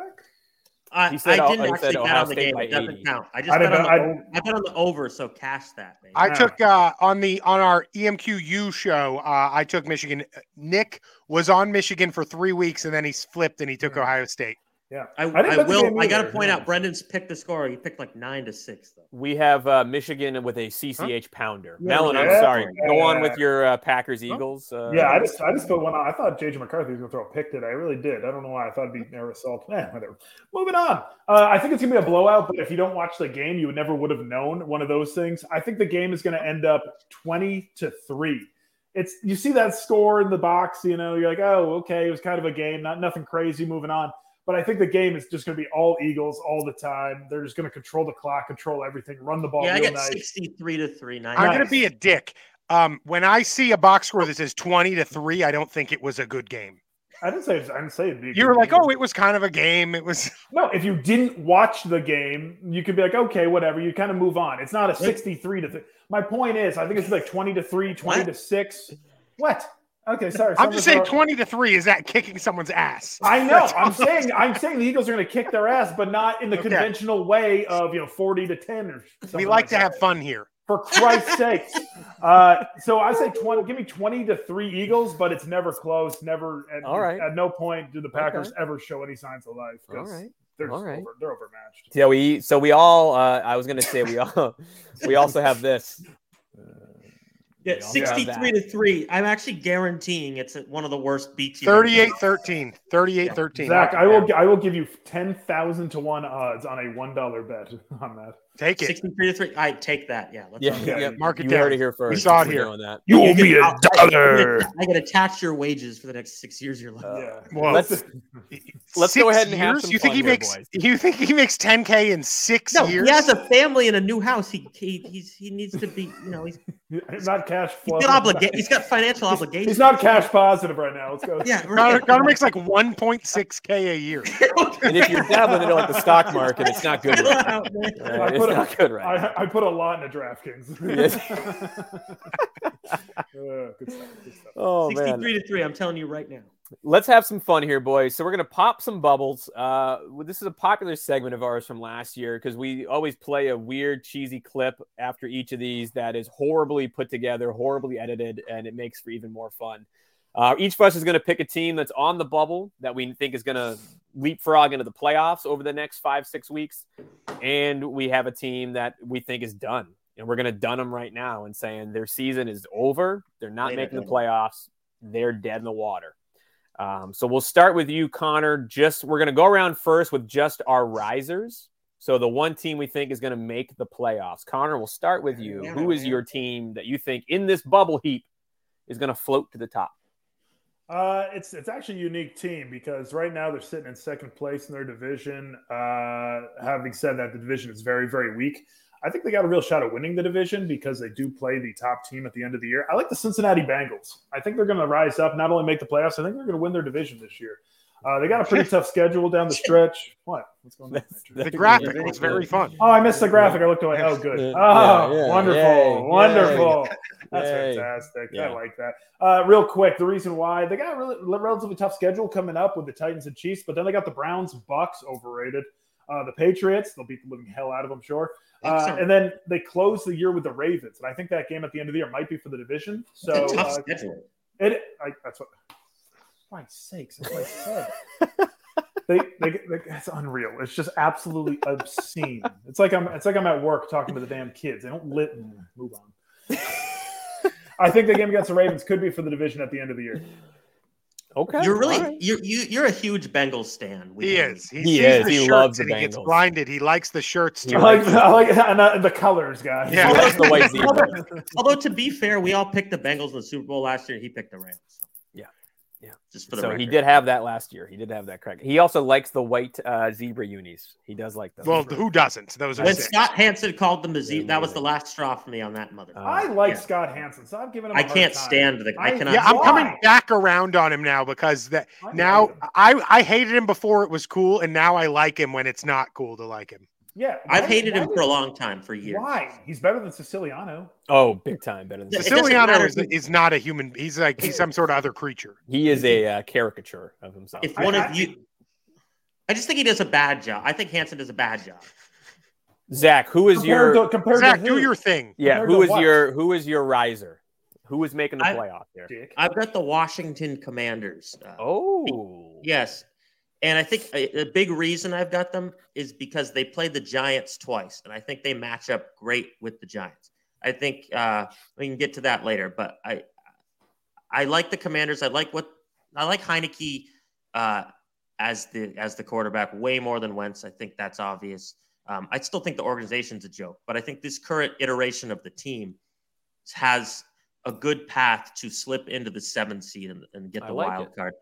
Speaker 2: I,
Speaker 1: He said
Speaker 2: I
Speaker 1: O-
Speaker 2: didn't
Speaker 1: he
Speaker 2: actually
Speaker 1: said
Speaker 2: bet
Speaker 1: Ohio
Speaker 2: on the
Speaker 1: State
Speaker 2: game.
Speaker 1: by
Speaker 2: It doesn't
Speaker 1: 80.
Speaker 2: count. I just
Speaker 4: I
Speaker 2: bet
Speaker 4: didn't.
Speaker 2: on, the,
Speaker 4: I,
Speaker 2: over- I bet on the over, so cash that. Man.
Speaker 3: I
Speaker 4: Yeah.
Speaker 3: took uh, on the on our E EMQU show. Uh, I took Michigan. Nick was on Michigan for three weeks, and then he flipped and he took Ohio State.
Speaker 4: yeah.
Speaker 2: I,
Speaker 4: didn't
Speaker 2: I
Speaker 4: bet the game
Speaker 2: will. I got to
Speaker 4: either,
Speaker 2: point
Speaker 4: no.
Speaker 2: out Brendan's picked the score. He picked like nine to six though.
Speaker 1: we have uh, Michigan with a CCH pounder.
Speaker 2: Yeah,
Speaker 1: Melon, I'm
Speaker 4: yeah.
Speaker 1: sorry. Go on
Speaker 4: Yeah.
Speaker 1: with your uh, Packers Eagles. Uh,
Speaker 4: Yeah, I just I just put one on. I thought JJ McCarthy was going to throw a pick today. I really did. I don't know why. I thought it'd be nervous assault. (laughs) Eh, whatever. Moving on. Uh, I think it's going to be a blowout, but if you don't watch the game, you never would have known one of those things. I think the game is going to end up 20 to 3. It's you see that score in the box, you know, you're like, "Oh, okay, it was kind of a game, not nothing crazy, moving on." But I think the game is just going to be all Eagles all the time. They're just going to control the clock, control everything, run the ball
Speaker 2: yeah, I
Speaker 4: real
Speaker 2: got
Speaker 4: nice.
Speaker 2: sixty-three to three. Nine.
Speaker 3: I'm
Speaker 4: Nice.
Speaker 3: gonna be a dick. Um, when I see a box score that says 20 to three, I don't think it was a good game.
Speaker 4: I didn't say I didn't say it'd be a
Speaker 3: You
Speaker 4: good
Speaker 3: were like,
Speaker 4: game.
Speaker 3: oh, it was kind of a game. It was. (laughs)
Speaker 4: No, if you didn't watch the game, you could be like, okay, whatever. You kind of move on. It's not a 63 to th- My point is, I think it's like 20 to 3, 20 to 6. What? Okay, sorry.
Speaker 3: I'm
Speaker 4: something's
Speaker 3: just saying
Speaker 4: wrong.
Speaker 3: 20 to three is that kicking someone's ass.
Speaker 4: I know. I'm saying I'm saying the Eagles are going to kick their ass, but not in the
Speaker 3: Okay.
Speaker 4: conventional way of, you know, 40 to 10 or something.
Speaker 3: We like to
Speaker 4: that.
Speaker 3: have fun here.
Speaker 4: for Christ's sake. Uh, so I say 20, give me 20 to three Eagles, but it's never close. Never. At,
Speaker 1: All right.
Speaker 4: At no point do the Packers ever show any signs of life. 'cause
Speaker 1: All right.
Speaker 4: They're, just
Speaker 1: All right.
Speaker 4: over, they're overmatched.
Speaker 1: Yeah, we so we all. Uh, I was gonna say we all. we also have this.
Speaker 2: Yeah,
Speaker 1: Yeah, I'll grab
Speaker 2: sixty-three to three. I'm actually guaranteeing it's at one of the worst BT.
Speaker 3: 38 13. 38 13.
Speaker 4: Zach, I will I will give you ten thousand to one odds on a one dollar bet (laughs) on that.
Speaker 3: Take it.
Speaker 2: Sixty-three to three. I take that. Yeah. Let's
Speaker 1: Yeah,
Speaker 4: Okay.
Speaker 1: yeah,
Speaker 3: Mark it
Speaker 1: you
Speaker 3: down.
Speaker 1: heard it here first.
Speaker 3: saw it
Speaker 1: We're
Speaker 3: here.
Speaker 1: doing that.
Speaker 4: You
Speaker 2: owe me
Speaker 4: a
Speaker 2: (laughs) dollar. I can attach your wages for the next six years of your life.
Speaker 4: Yeah.
Speaker 3: Whoa.
Speaker 1: Let's let's go
Speaker 3: Six
Speaker 1: ahead and have
Speaker 3: years?
Speaker 1: some
Speaker 3: you
Speaker 1: fun
Speaker 3: think he
Speaker 1: here,
Speaker 3: makes
Speaker 1: boys.
Speaker 3: you think he makes 10k in six
Speaker 2: No,
Speaker 3: years?
Speaker 2: he has a family and a new house. He he he's, he needs to be. You know, he's,
Speaker 4: (laughs) It's not cash flow.
Speaker 2: he's got obliga- He's got financial obligations.
Speaker 4: He's not cash positive right now. Let's go.
Speaker 2: (laughs) Yeah,
Speaker 3: Connor,
Speaker 2: right.
Speaker 3: Connor makes like 1.6k
Speaker 2: (laughs)
Speaker 3: a year.
Speaker 1: And if you're dabbling into like the stock market, it's not good. Right
Speaker 3: (laughs)
Speaker 1: now.
Speaker 2: Out, man.
Speaker 1: Uh,
Speaker 4: I put
Speaker 1: it's
Speaker 4: a-
Speaker 1: not good right. now.
Speaker 4: I, I put a lot into
Speaker 1: (laughs)
Speaker 4: DraftKings. (laughs)
Speaker 3: (laughs)
Speaker 1: Yes.
Speaker 4: Uh, good stuff, good stuff.
Speaker 1: Oh man,
Speaker 2: 63 to 3, I'm telling you right now.
Speaker 1: let's have some fun here, boys. So we're gonna pop some bubbles. Uh, well, this is a popular segment of ours from last year because we always play a weird, cheesy clip after each of these that is horribly put together, horribly edited, and it makes for even more fun. Uh, each of us is gonna pick a team that's on the bubble that we think is gonna leapfrog into the playoffs over the next five, six weeks, and we have a team that we think is done. And we're gonna dun them right now and saying their season is over. They're not
Speaker 2: Later,
Speaker 1: making the
Speaker 2: Dun.
Speaker 1: playoffs. They're dead in the water. Um, so we'll start with you, Connor. Just we're going to go around first with just our risers. So the one team we think is going to make the playoffs. Connor, we'll start with you. Who is your team that you think in this bubble heap is going to float to the top?
Speaker 4: Uh, it's it's actually a unique team because right now they're sitting in second place in their division. Uh, having said that, the division is very very weak. I think they got a real shot at winning the division because they do play the top team at the end of the year. I like the Cincinnati Bengals. I think they're going to rise up, not only make the playoffs. I think they're going to win their division this year. Uh, they got a
Speaker 3: (laughs)
Speaker 4: pretty tough schedule down the stretch. What? What's going on? Andrew?
Speaker 3: The graphic was very fun.
Speaker 4: Oh, I missed the graphic. I looked away. Oh, good.
Speaker 1: Yeah,
Speaker 4: Oh,
Speaker 1: yeah,
Speaker 4: wonderful.
Speaker 1: yay,
Speaker 4: wonderful. That's
Speaker 1: Yay.
Speaker 4: fantastic.
Speaker 1: Yeah.
Speaker 4: I like that. Uh, real quick, the reason why they got a really, relatively tough schedule coming up with the Titans and Chiefs, but then they got the Browns, Bucks, overrated. Uh, the Patriots, they'll beat the living hell out of them, sure. Uh,
Speaker 2: Excellent.
Speaker 4: and then they close the year with the Ravens, and I think that game at the end of the year might be for the division. So
Speaker 2: it's a tough
Speaker 4: uh,
Speaker 2: schedule.
Speaker 4: it, I, that's what. For my sakes, that's what I said. they, they, they, it's unreal. It's just absolutely obscene. It's like I'm, it's like I'm at work talking to the damn kids. They don't lit. Move on. I think the game against the Ravens could be for the division at the end of the year.
Speaker 1: Okay.
Speaker 2: You're really
Speaker 1: all right.
Speaker 2: you're you, you're a huge Bengals stan.
Speaker 3: He
Speaker 2: Weekly.
Speaker 3: is. He,
Speaker 1: He
Speaker 3: sees
Speaker 1: is.
Speaker 3: The
Speaker 1: He
Speaker 3: shirts
Speaker 1: loves the
Speaker 3: and He gets
Speaker 1: Bengals.
Speaker 3: blinded. He likes the shirts
Speaker 1: He
Speaker 3: too.
Speaker 4: I like, I like and, uh, the colors, guys.
Speaker 1: He
Speaker 3: Yeah.
Speaker 1: loves the
Speaker 2: (laughs)
Speaker 1: white zebra.
Speaker 2: Although to be fair, we all picked the Bengals in the Super Bowl last year. He picked the Rams.
Speaker 1: Yeah. Yeah.
Speaker 2: Just for the
Speaker 1: So he
Speaker 2: record.
Speaker 1: did have that last year. He did have that crack. He also likes the white uh, zebra unis. He does like them.
Speaker 3: well, who doesn't? Those are
Speaker 2: When
Speaker 3: sick.
Speaker 2: Scott Hansen called them the zebra,
Speaker 1: Yeah,
Speaker 2: that was the
Speaker 1: amazing.
Speaker 2: last straw for me on that mother.
Speaker 1: Uh,
Speaker 4: I like
Speaker 2: Yeah.
Speaker 4: Scott Hansen, so I've given him. I
Speaker 2: I can't stand the. I
Speaker 4: I-
Speaker 2: cannot.
Speaker 3: Yeah, I'm
Speaker 4: Why?
Speaker 3: coming back around on him now because that
Speaker 4: I
Speaker 3: now
Speaker 4: like him.
Speaker 3: I I hated him before it was cool, and now I like him when it's not cool to like him.
Speaker 4: yeah,
Speaker 2: I've
Speaker 4: why-
Speaker 2: hated him
Speaker 4: why
Speaker 2: for a
Speaker 4: did-
Speaker 2: long time, for years.
Speaker 4: Why? He's better than Siciliano.
Speaker 1: oh, big time better than
Speaker 2: It doesn't
Speaker 3: Siciliano
Speaker 2: matter
Speaker 3: is,
Speaker 2: who-
Speaker 3: is not a human. He's like he's some sort of other creature.
Speaker 1: He is a uh, caricature of himself.
Speaker 2: If
Speaker 4: I-
Speaker 2: one
Speaker 4: I-
Speaker 2: of you, I just think he does a bad job. I think Hansen does a bad job.
Speaker 1: Zach, who is your
Speaker 4: compared to, compared
Speaker 3: Zach,
Speaker 4: to
Speaker 3: do
Speaker 4: who,
Speaker 3: your thing.
Speaker 1: yeah?
Speaker 4: compared
Speaker 1: Who
Speaker 4: to
Speaker 1: is
Speaker 4: what?
Speaker 1: your who is your riser? Who is making the
Speaker 2: I-
Speaker 1: playoff here?
Speaker 4: dick.
Speaker 2: I've got the Washington Commanders. Uh,
Speaker 1: Oh,
Speaker 2: Yes. And I think a, a big reason I've got them is because they play the Giants twice, and I think they match up great with the Giants. I think uh, we can get to that later, but I I like the Commanders. I like what I like Heineke uh, as the as the quarterback way more than Wentz. I think that's obvious. Um, I still think the organization's a joke, but I think this current iteration of the team has a good path to slip into the seventh seed and, and get
Speaker 1: I
Speaker 2: the
Speaker 1: like
Speaker 2: wild
Speaker 1: it.
Speaker 2: card.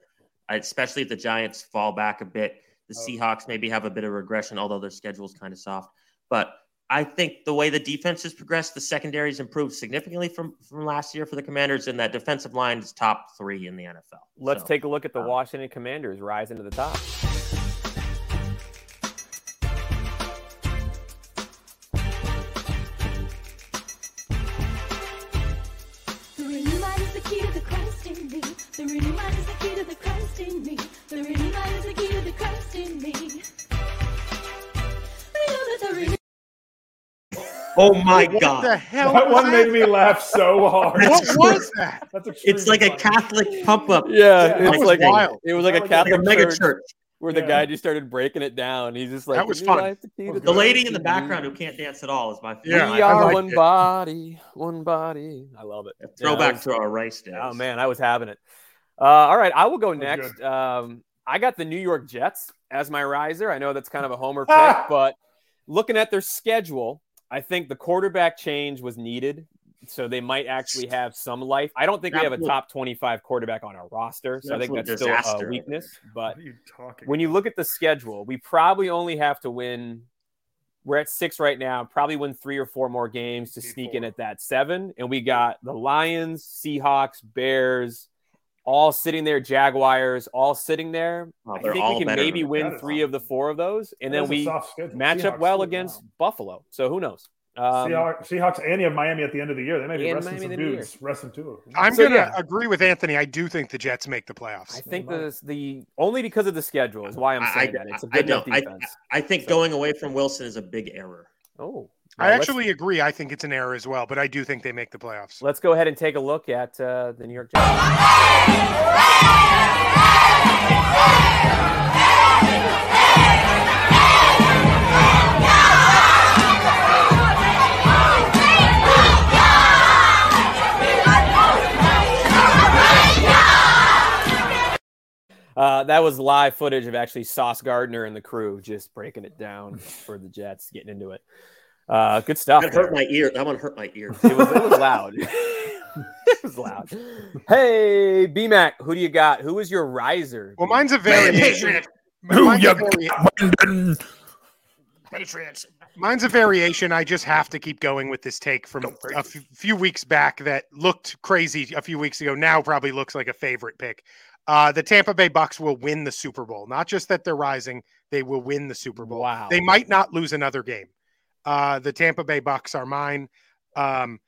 Speaker 2: I- Especially if the Giants fall back a bit, the
Speaker 4: Oh.
Speaker 2: Seahawks maybe have a bit of regression, although their schedule's kind of soft. But I think the way the defense has progressed, the secondary's improved significantly from from last year for the Commanders, and that defensive line is top three in the NFL.
Speaker 1: let's
Speaker 2: So-
Speaker 1: take a look at the
Speaker 2: um,
Speaker 1: Washington Commanders rising to the top.
Speaker 5: The redeemed mind is the key to the Christ in me. The redeemed mind is the key to the Christ in me. The redeemed mind is the key to the Christ in me. We know that the redeemed
Speaker 2: Oh my
Speaker 3: What
Speaker 2: God.
Speaker 3: the hell?
Speaker 4: That
Speaker 3: was
Speaker 4: one made me laugh so hard.
Speaker 3: What was that?
Speaker 4: That's extremely
Speaker 2: It's like a
Speaker 4: funny.
Speaker 2: Catholic pump up.
Speaker 1: Yeah,
Speaker 4: Yeah,
Speaker 1: it
Speaker 2: that
Speaker 1: was
Speaker 2: was
Speaker 1: like
Speaker 3: wild.
Speaker 1: it was like a
Speaker 4: That was
Speaker 2: Like a
Speaker 1: Catholic
Speaker 2: mega
Speaker 1: church,
Speaker 2: church.
Speaker 1: where the
Speaker 4: Yeah.
Speaker 1: guy just started breaking it down. He's just like,
Speaker 3: That was
Speaker 1: "You
Speaker 3: fun.
Speaker 1: realize the key to
Speaker 2: The
Speaker 1: the
Speaker 2: lady in the
Speaker 1: Christian
Speaker 2: background
Speaker 1: view?
Speaker 2: who can't dance at all is my
Speaker 3: Yeah,
Speaker 1: we
Speaker 2: favorite.
Speaker 3: I
Speaker 1: are
Speaker 3: liked
Speaker 1: one
Speaker 3: it.
Speaker 1: body, one body. I love it. Yeah,
Speaker 2: Throwback
Speaker 1: that was-
Speaker 2: to our race days.
Speaker 1: Oh man, I was having it. Uh, all right, I will go
Speaker 4: That was
Speaker 1: next. Um, I got the New York Jets as my riser. I know that's kind of a
Speaker 2: (laughs)
Speaker 1: homer pick,
Speaker 4: Ah!
Speaker 1: but looking at their schedule, I think the quarterback change was needed. So they might actually have some life. I don't think we have a
Speaker 2: Absolute-
Speaker 1: top 25 quarterback on our roster. So I think
Speaker 2: Absolute
Speaker 1: that's still a
Speaker 2: disaster.
Speaker 1: weakness. But
Speaker 4: What are you talking?
Speaker 1: when you look at the schedule, we probably only have to win. We're at six right now. Probably win three or four more games to
Speaker 4: Three,
Speaker 1: sneak
Speaker 4: four.
Speaker 1: in at that seven. And we got the Lions, Seahawks, Bears, all sitting there. Jaguars, all sitting there.
Speaker 2: Oh,
Speaker 1: I
Speaker 2: they're
Speaker 1: think
Speaker 2: all
Speaker 1: we can
Speaker 2: better
Speaker 1: maybe
Speaker 2: than-
Speaker 1: win
Speaker 4: That is
Speaker 1: three
Speaker 4: awful.
Speaker 1: of the four of those, and then
Speaker 4: That's a
Speaker 1: we
Speaker 4: soft schedule.
Speaker 1: match up
Speaker 4: Seahawks
Speaker 1: well
Speaker 4: too,
Speaker 1: against
Speaker 4: wow.
Speaker 1: Buffalo. So who knows? Um,
Speaker 4: Seahawks, Seahawks and you have Miami at the end of the year. They may be
Speaker 1: And
Speaker 4: resting
Speaker 1: Miami
Speaker 4: some
Speaker 1: at the end of the
Speaker 4: dudes, resting two of them.
Speaker 3: I'm
Speaker 1: So,
Speaker 3: gonna
Speaker 1: yeah.
Speaker 3: agree with Anthony. I do think the Jets make the
Speaker 1: I
Speaker 3: playoffs.
Speaker 1: think
Speaker 4: Never
Speaker 1: this the only because of the schedule is why I'm
Speaker 2: I-
Speaker 1: saying
Speaker 2: I-
Speaker 1: that it's a
Speaker 2: I
Speaker 1: good enough
Speaker 2: don't- I-
Speaker 1: defense.
Speaker 2: I think going away from Wilson is a big error.
Speaker 1: oh,
Speaker 3: I
Speaker 1: Well, let's-
Speaker 3: actually agree. I think it's an error as well, but I do think they make the playoffs.
Speaker 1: Let's go ahead and take a look at uh, the New York Jets. Uh, that was live footage of actually Sauce Gardner and the crew just breaking it
Speaker 2: (laughs)
Speaker 1: down for the Jets, getting into it. Uh, good stuff.
Speaker 2: That
Speaker 1: there.
Speaker 2: hurt my ear. That one hurt my
Speaker 1: (laughs)
Speaker 2: ear.
Speaker 1: It was, it was loud. (laughs) it was loud. Hey, BMAC, who do you got? Who is your riser?
Speaker 3: Well, mine's
Speaker 1: (laughs)
Speaker 3: a variation. mine's, a vari-
Speaker 2: Patriots.
Speaker 3: mine's a variation. I just have to keep going with this take from a f- few weeks back that looked crazy a few weeks ago. Now probably looks like a favorite pick. Uh, the Tampa Bay Bucks will win the Super Bowl. Not just that they're rising, they will win the Super Bowl.
Speaker 1: Wow.
Speaker 3: They might not lose another game. Uh, the Tampa Bay Bucks are mine. Um,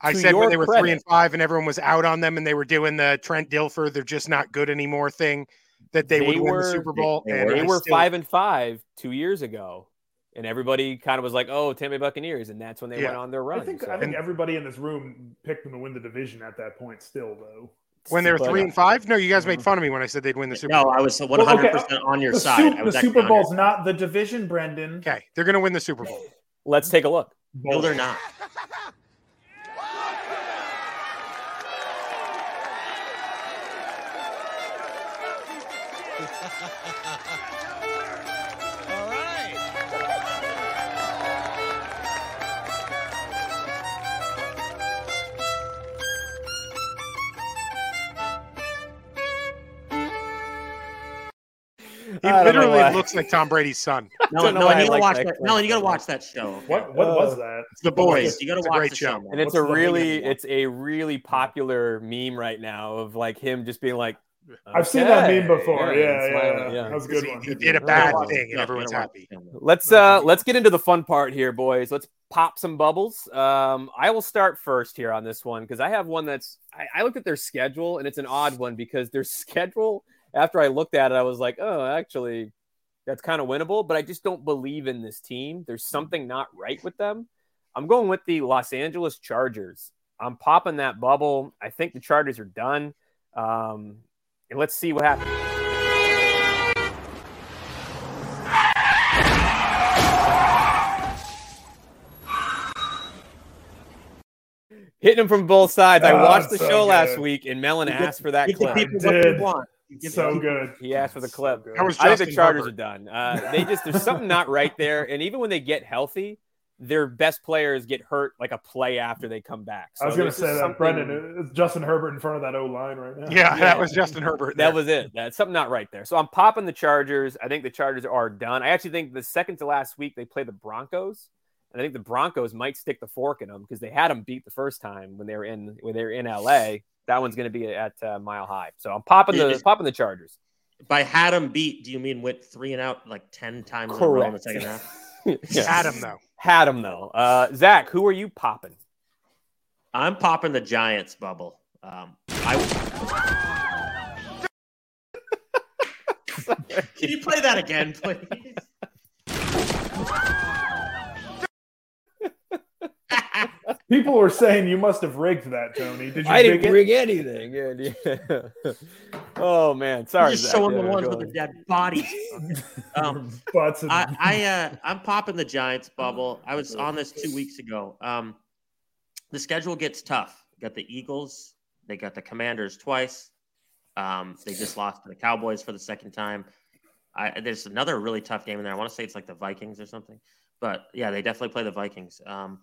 Speaker 3: I
Speaker 1: To
Speaker 3: said
Speaker 1: your
Speaker 3: when they were three
Speaker 1: credit.
Speaker 3: and five, and everyone was out on them, and they were doing the Trent Dilfer, they're just not good anymore thing. That they,
Speaker 1: They
Speaker 3: would win
Speaker 1: were-
Speaker 3: the Super Bowl.
Speaker 2: they
Speaker 3: and
Speaker 1: they
Speaker 3: I
Speaker 1: were
Speaker 3: still-
Speaker 1: five and five two years ago, and everybody kind of was like, "Oh, Tampa Bay Buccaneers," and that's when they
Speaker 3: Yeah.
Speaker 1: went on their
Speaker 4: I
Speaker 1: run.
Speaker 4: think,
Speaker 1: so-
Speaker 4: I think everybody in this room picked them to win the division at that point. Still, though,
Speaker 3: when they were
Speaker 1: But,
Speaker 3: three
Speaker 1: uh,
Speaker 3: and five. No, you guys made fun of me when I said they'd win the Super
Speaker 2: No,
Speaker 3: Bowl.
Speaker 2: I was 100% on your
Speaker 4: the,
Speaker 2: side.
Speaker 4: Sup-
Speaker 2: I
Speaker 4: the
Speaker 2: was actually
Speaker 4: Super
Speaker 2: on your
Speaker 4: Bowl's not the division, Brendan.
Speaker 3: Okay, they're going to win the
Speaker 1: (laughs)
Speaker 3: Super Bowl.
Speaker 1: Let's take a look.
Speaker 2: No,
Speaker 1: (laughs)
Speaker 2: they're not.
Speaker 8: All right.
Speaker 3: He
Speaker 1: I don't know why.
Speaker 3: literally looks like Tom
Speaker 1: (laughs)
Speaker 3: Brady's son.
Speaker 2: No,
Speaker 1: Don't know
Speaker 2: no,
Speaker 1: why I
Speaker 2: and you gotta
Speaker 1: like
Speaker 2: watch
Speaker 1: that
Speaker 2: that.
Speaker 1: clip.
Speaker 2: No, and you gotta watch that show.
Speaker 4: What what
Speaker 1: Uh,
Speaker 4: was that?
Speaker 3: It's the boys.
Speaker 2: You gotta
Speaker 3: It's a
Speaker 2: watch
Speaker 3: great
Speaker 2: the
Speaker 3: show.
Speaker 2: show.
Speaker 1: And it's
Speaker 4: What's
Speaker 1: a
Speaker 4: the name of
Speaker 1: really
Speaker 4: the-
Speaker 1: it's a really popular meme right now of like him just being like
Speaker 4: I've seen that
Speaker 1: "Okay,"
Speaker 4: meme before.
Speaker 1: and
Speaker 4: Yeah, yeah,
Speaker 1: smiling,
Speaker 4: yeah. That was a good
Speaker 3: He,
Speaker 4: one.
Speaker 3: he did a
Speaker 1: Yeah.
Speaker 3: bad
Speaker 1: Yeah.
Speaker 3: thing, and
Speaker 2: Yeah,
Speaker 3: everyone's
Speaker 2: you gotta
Speaker 3: happy.
Speaker 2: watch
Speaker 1: Let's uh let's get into the fun part here, boys. Let's pop some bubbles. Um, I will start first here on this one because I have one that's I, I looked at their schedule and it's an odd one because their (laughs) schedule after I looked at it, I was like, oh, actually, that's kind of winnable, but I just don't believe in this team. There's something not right with them. I'm going with the Los Angeles Chargers. I'm popping that bubble. I think the Chargers are done. Um, and let's see what happens. Hitting them from both sides. I
Speaker 4: Oh,
Speaker 1: watched the
Speaker 4: so
Speaker 1: show last
Speaker 4: good.
Speaker 1: week, and Melon
Speaker 2: You get-
Speaker 1: asked for that
Speaker 2: You give
Speaker 1: clip.
Speaker 2: people what they
Speaker 4: Dude.
Speaker 2: want. You give
Speaker 4: So
Speaker 2: people-
Speaker 4: good.
Speaker 1: He asked for the
Speaker 4: So
Speaker 1: clip.
Speaker 4: good.
Speaker 3: That was
Speaker 1: I think the
Speaker 3: Justin
Speaker 1: Chargers
Speaker 3: Herbert.
Speaker 1: are done. Uh, they just there's something not right there, and even when they get healthy, their best players get hurt like a play after they come back.
Speaker 4: I was
Speaker 1: So
Speaker 4: going to
Speaker 1: there's
Speaker 4: say that,
Speaker 1: just something-
Speaker 4: Brendan. It's Justin Herbert in front of that O line right now.
Speaker 3: Yeah, that was Justin Herbert.
Speaker 1: That
Speaker 3: there.
Speaker 1: was it. That's something not right there. So I'm popping the Chargers. I think the Chargers are done. I actually think the second to last week they play the Broncos, and I think the Broncos might stick the fork in them because they had them beat the first time when they were in when they were in LA. That one's going to be at uh, Mile High. So I'm popping the
Speaker 2: Is-
Speaker 1: popping the Chargers.
Speaker 2: By had 'em beat, do you mean went three and out like ten times in a row in the second half?
Speaker 1: (laughs) Yeah.
Speaker 3: Adam though.
Speaker 1: Had him though. Uh, Zach, who are you popping?
Speaker 2: I'm popping the Giants bubble. Um,
Speaker 1: (laughs)
Speaker 2: I. Can you play that again, please?
Speaker 4: People were saying you must have rigged that, Tony. Did you
Speaker 1: I didn't
Speaker 4: rig it?
Speaker 1: rig anything. Yeah, yeah. (laughs) oh man, sorry.
Speaker 2: Just
Speaker 1: Zach.
Speaker 2: showing
Speaker 1: Yeah,
Speaker 2: the ones
Speaker 1: go
Speaker 2: with the
Speaker 1: ahead.
Speaker 2: dead bodies. Um,
Speaker 4: Butts and-
Speaker 2: I, I uh, I'm popping the Giants bubble. I was on this two weeks ago. Um, the schedule gets tough. Got the Eagles. They got the Commanders twice. Um, they just lost to the Cowboys for the second time. I, there's another really tough game in there. I want to say it's like the Vikings or something. But yeah, they definitely play the Vikings. Um,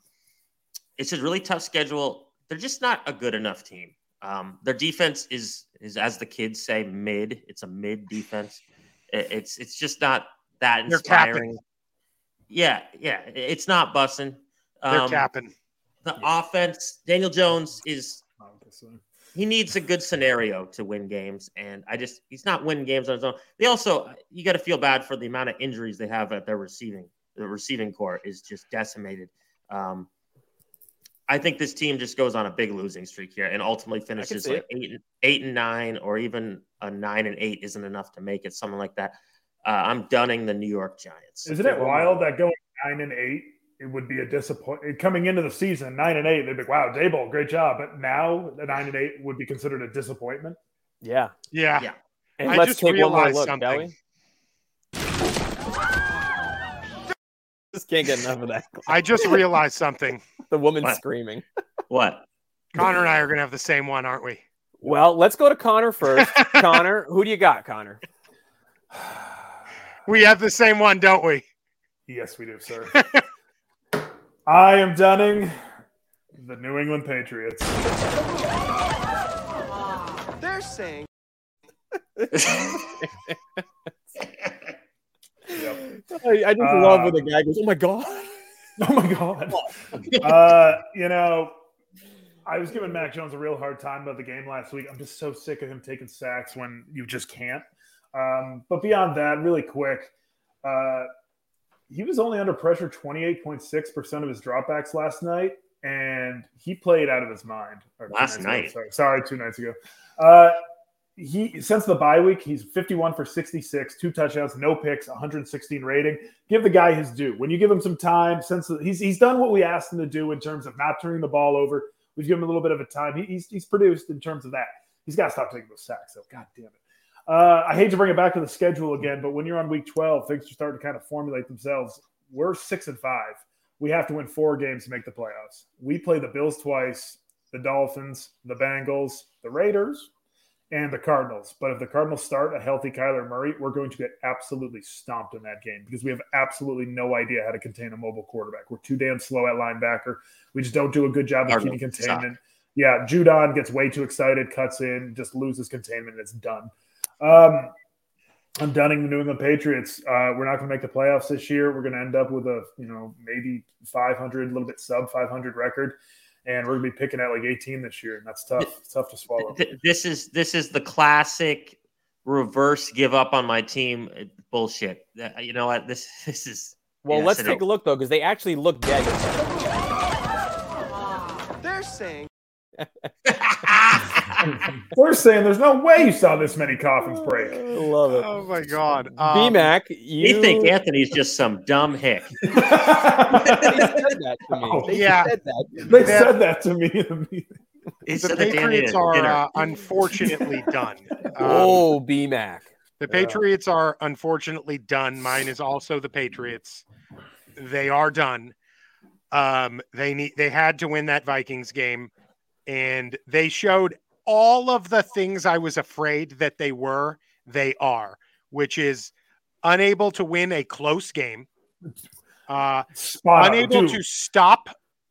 Speaker 2: it's a really tough schedule. They're just not a good enough team. Um, their defense is is as the kids say mid. It's a mid defense. It- it's it's just not that
Speaker 3: They're capping.
Speaker 2: inspiring. Yeah, yeah, it- it's not bussing.
Speaker 3: They're
Speaker 2: Um,
Speaker 3: capping.
Speaker 2: the offense, Daniel Jones is he needs a good scenario to win games, and I just he's not winning games on his own. They also you got to feel bad for the amount of injuries they have at their receiving. The receiving core is just decimated. Um, I think this team just goes on a big losing streak here and ultimately finishes
Speaker 1: see
Speaker 2: like eight and eight and nine, or even a nine and eight isn't enough to make it. Something like that. Uh, I'm dunning the New York Giants.
Speaker 4: Isn't it wild that going nine and eight, it would be a disappointment coming into the season. Nine and eight, they'd be like, "Wow, Dayball, great job." But now, the nine and eight would be considered a disappointment.
Speaker 1: Yeah.
Speaker 3: Yeah.
Speaker 2: Yeah.
Speaker 1: And
Speaker 3: I
Speaker 1: let's
Speaker 3: just
Speaker 1: take one more
Speaker 3: realized
Speaker 1: look, shall
Speaker 3: something.
Speaker 1: we? Just can't get enough of that.
Speaker 3: I just realized
Speaker 1: (laughs)
Speaker 3: something.
Speaker 1: The woman
Speaker 2: What?
Speaker 1: screaming.
Speaker 2: What?
Speaker 3: Connor and I are gonna have the same one, aren't we?
Speaker 1: Well, let's go to Connor first. Connor, who do you got, Connor?
Speaker 3: We have the same one, don't we?
Speaker 4: Yes, we do, sir. I am dunning the New England Patriots.
Speaker 8: They're
Speaker 4: (laughs)
Speaker 8: saying
Speaker 1: I, I just
Speaker 4: love when the
Speaker 1: guy goes, "Oh my god!"
Speaker 4: (laughs) Oh my god. uh, you know, I was giving Mac Jones a real hard time about the game last week. I'm just so sick of him taking sacks when you just can't. Um, but beyond that, really quick, uh, he was only under pressure 28.6% of his dropbacks last night, and he played out of his mind. Or two
Speaker 2: Last
Speaker 4: nights ago,
Speaker 2: night.
Speaker 4: sorry, sorry, two nights ago. Uh, he since the bye week, he's 51 for 66, two touchdowns, no picks, 116 rating give the guy his due. When you give him some time, since he's he's done what we asked him to do in terms of not turning the ball over, we've given him a little bit of a time. He, he's he's produced in terms of that. He's got to stop taking those sacks. though. God damn it. Uh, I hate to bring it back to the schedule again, but when you're on week 12, things are starting to kind of formulate themselves. We're six and five. We have to win four games to make the playoffs. We play the Bills twice, the Dolphins, the Bengals, the Raiders, and the Cardinals. But if the Cardinals start a healthy Kyler Murray, we're going to get absolutely stomped in that game because we have absolutely no idea how to contain a mobile quarterback. We're too damn slow at linebacker. We just don't do a good job of keeping
Speaker 2: Cardinals suck.
Speaker 4: containment. Yeah, Judon gets way too excited, cuts in, just loses containment, and it's done. Um, I'm dunning the New England Patriots. Uh, we're not going to make the playoffs this year. We're going to end up with a you know maybe 500, a little bit sub 500 record, and we're going to be picking at like 18 this year, and that's tough. It's tough to
Speaker 3: (laughs)
Speaker 4: swallow.
Speaker 2: Th- this is this is the classic reverse give up on my team uh, bullshit. Uh, You know what? This (laughs) this is
Speaker 1: Well,
Speaker 2: Yeah,
Speaker 1: let's
Speaker 2: so
Speaker 1: take a
Speaker 2: no.
Speaker 1: look though, because they actually look dead.
Speaker 8: They're saying
Speaker 4: They're saying there's no way you saw this many coffins break.
Speaker 3: (laughs)
Speaker 1: I love it.
Speaker 3: Oh my god. Um,
Speaker 1: BMAC, you
Speaker 2: you think Anthony's just some dumb hick.
Speaker 1: they
Speaker 4: they
Speaker 1: said that to me.
Speaker 4: Oh,
Speaker 1: They
Speaker 3: yeah.
Speaker 1: said that. to me.
Speaker 4: said that to me. in the meeting.
Speaker 2: He
Speaker 3: the
Speaker 2: said that Dan ate
Speaker 3: Patriots
Speaker 2: a
Speaker 3: are
Speaker 2: dinner.
Speaker 3: uh, unfortunately done. Um,
Speaker 1: oh, BMAC.
Speaker 3: The Patriots are unfortunately done. Mine is also the Patriots. They are done. Um, they need they had to win that Vikings game, and they showed all of the things I was afraid that they were. They are, which is unable to win a close game, uh,
Speaker 4: Spot on.
Speaker 3: unable
Speaker 4: Dude,
Speaker 3: to stop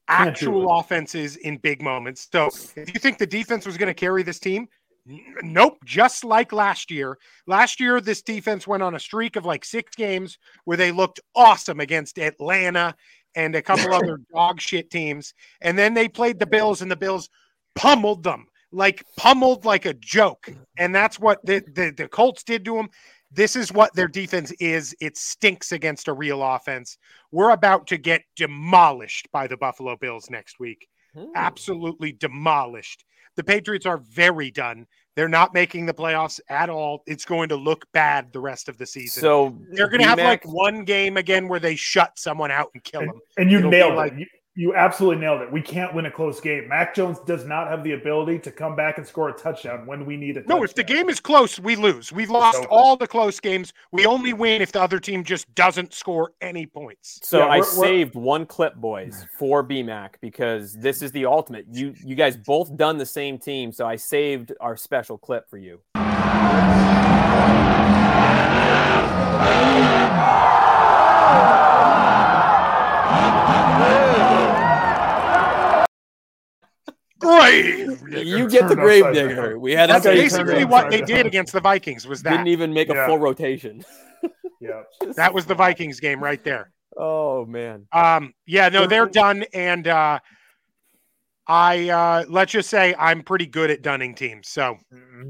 Speaker 4: Can't do
Speaker 3: actual offenses in big moments. So, if you think the defense was going to carry this team, n- nope. Just like last year, last year this defense went on a streak of like six games where they looked awesome against Atlanta and
Speaker 4: (laughs)
Speaker 3: a couple other dog shit teams, and then they played the Bills, and the Bills pummeled them like pummeled like a joke, and that's what the the, the Colts did to them. This is what their defense is. It stinks against a real offense we're about to get demolished by the Buffalo Bills next week. Absolutely demolished. The Patriots are very done. They're not making the playoffs at all. It's going to look bad the rest of the season.
Speaker 1: So
Speaker 3: They're going to have
Speaker 1: BMAC
Speaker 3: like one game again where they shut someone out and kill them.
Speaker 4: and you
Speaker 3: It'll be
Speaker 4: nailed
Speaker 3: like-
Speaker 4: it. You, you absolutely nailed it. We can't win a close game. Mac Jones does not have the ability to come back and score a touchdown when we need it.
Speaker 3: No, if the game is close, we lose. We've lost
Speaker 4: So-
Speaker 3: all the close games. We only win if the other team just doesn't score any points.
Speaker 1: So
Speaker 4: Yeah,
Speaker 1: I
Speaker 4: we're- we're-
Speaker 1: saved one clip, boys, for BMAC because this is the ultimate. You you guys both done the same team, so I saved our special clip for you.
Speaker 3: Great.
Speaker 1: You get the
Speaker 4: Turned upside
Speaker 1: grave digger.
Speaker 4: down.
Speaker 1: We had
Speaker 3: That's
Speaker 4: Okay,
Speaker 3: basically
Speaker 4: turn
Speaker 3: what
Speaker 4: around.
Speaker 3: they did against the Vikings was that.
Speaker 1: didn't even make a
Speaker 4: Yeah.
Speaker 1: full rotation.
Speaker 4: yeah.
Speaker 3: (laughs) That was the Vikings game right there.
Speaker 1: (laughs) Oh man.
Speaker 3: Um, yeah, no, they're
Speaker 4: They're-
Speaker 3: done. And uh, I uh, let's just say I'm pretty good at dunning teams. So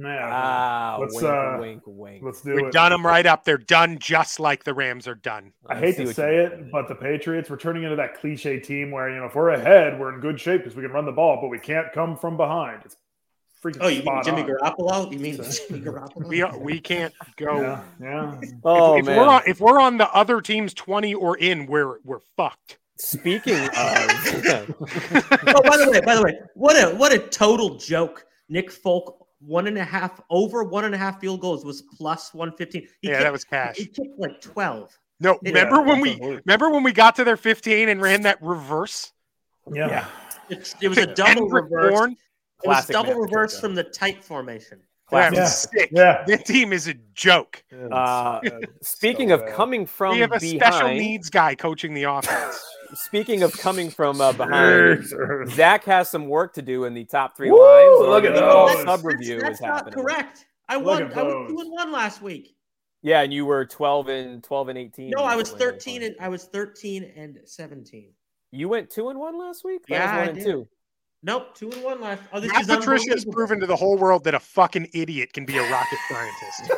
Speaker 4: Yeah.
Speaker 1: Ah,
Speaker 4: Let's,
Speaker 1: wink,
Speaker 4: uh,
Speaker 1: wink, wink.
Speaker 4: Mm, Let's do
Speaker 3: we've
Speaker 4: it.
Speaker 3: done them right up. They're done just like the Rams are done.
Speaker 4: I
Speaker 1: see
Speaker 4: hate to
Speaker 1: what
Speaker 4: say
Speaker 1: you-
Speaker 4: it, but the Patriots, we're turning into that cliche team where, you know, if we're ahead, we're in good shape because we can run the ball, but we can't come from behind. It's freaking
Speaker 2: Oh, you mean
Speaker 4: spot
Speaker 2: Jimmy
Speaker 4: on.
Speaker 2: Garoppolo? You mean
Speaker 3: (laughs)
Speaker 2: Jimmy Garoppolo?
Speaker 3: We are, we can't go.
Speaker 4: Yeah, yeah.
Speaker 1: Oh
Speaker 3: if, if
Speaker 1: man.
Speaker 3: we're on, if we're on the other team's twenty or in, we're we're fucked. (laughs)
Speaker 1: Speaking (laughs) of
Speaker 2: oh, by the way, by the way, what a what a total joke. Nick Folk one and a half over one and a half field goals was plus one fifteen.
Speaker 3: yeah, that was cash.
Speaker 2: He kicked like twelve.
Speaker 3: No,
Speaker 2: Yeah,
Speaker 3: (laughs) remember when we
Speaker 4: absolutely.
Speaker 3: remember when we got to their fifteen and ran that reverse?
Speaker 4: Yeah.
Speaker 2: It, it
Speaker 3: (laughs)
Speaker 2: was a
Speaker 3: to
Speaker 2: double
Speaker 3: Kendrick
Speaker 2: reverse.
Speaker 3: Bourne?
Speaker 2: It was
Speaker 1: Classic
Speaker 2: double
Speaker 1: Matt
Speaker 2: reverse
Speaker 1: Patricia.
Speaker 2: from the tight formation.
Speaker 3: That
Speaker 1: classic
Speaker 4: Yeah.
Speaker 3: was sick.
Speaker 4: Yeah.
Speaker 3: This team is a joke.
Speaker 1: Uh, speaking
Speaker 4: So
Speaker 1: of
Speaker 4: bad.
Speaker 1: coming from
Speaker 3: we have a
Speaker 1: behind,
Speaker 3: special needs guy coaching the offense.
Speaker 1: speaking of coming from uh, behind,
Speaker 3: (laughs)
Speaker 4: Jesus.
Speaker 1: Zach has some work to do in the top three
Speaker 4: Woo,
Speaker 1: lines. or
Speaker 4: look at
Speaker 1: the
Speaker 4: those.
Speaker 1: Sub review
Speaker 2: that's
Speaker 1: is happening.
Speaker 2: not correct. I
Speaker 4: Look
Speaker 2: won.
Speaker 4: at
Speaker 2: I was
Speaker 4: those.
Speaker 2: two and one last week.
Speaker 1: Yeah, and you were twelve and twelve and eighteen.
Speaker 2: No, I was
Speaker 1: Something like
Speaker 2: thirteen
Speaker 1: that.
Speaker 2: and I was thirteen and seventeen.
Speaker 1: you went two and one last week.
Speaker 2: Yeah,
Speaker 1: was
Speaker 2: I
Speaker 1: one and
Speaker 2: did.
Speaker 1: two.
Speaker 2: Nope, two and one last. Oh, this
Speaker 3: Matt
Speaker 2: is
Speaker 3: Patricia has
Speaker 2: unbelievable.
Speaker 3: proven to the whole world that a fucking idiot can be a rocket (laughs) scientist.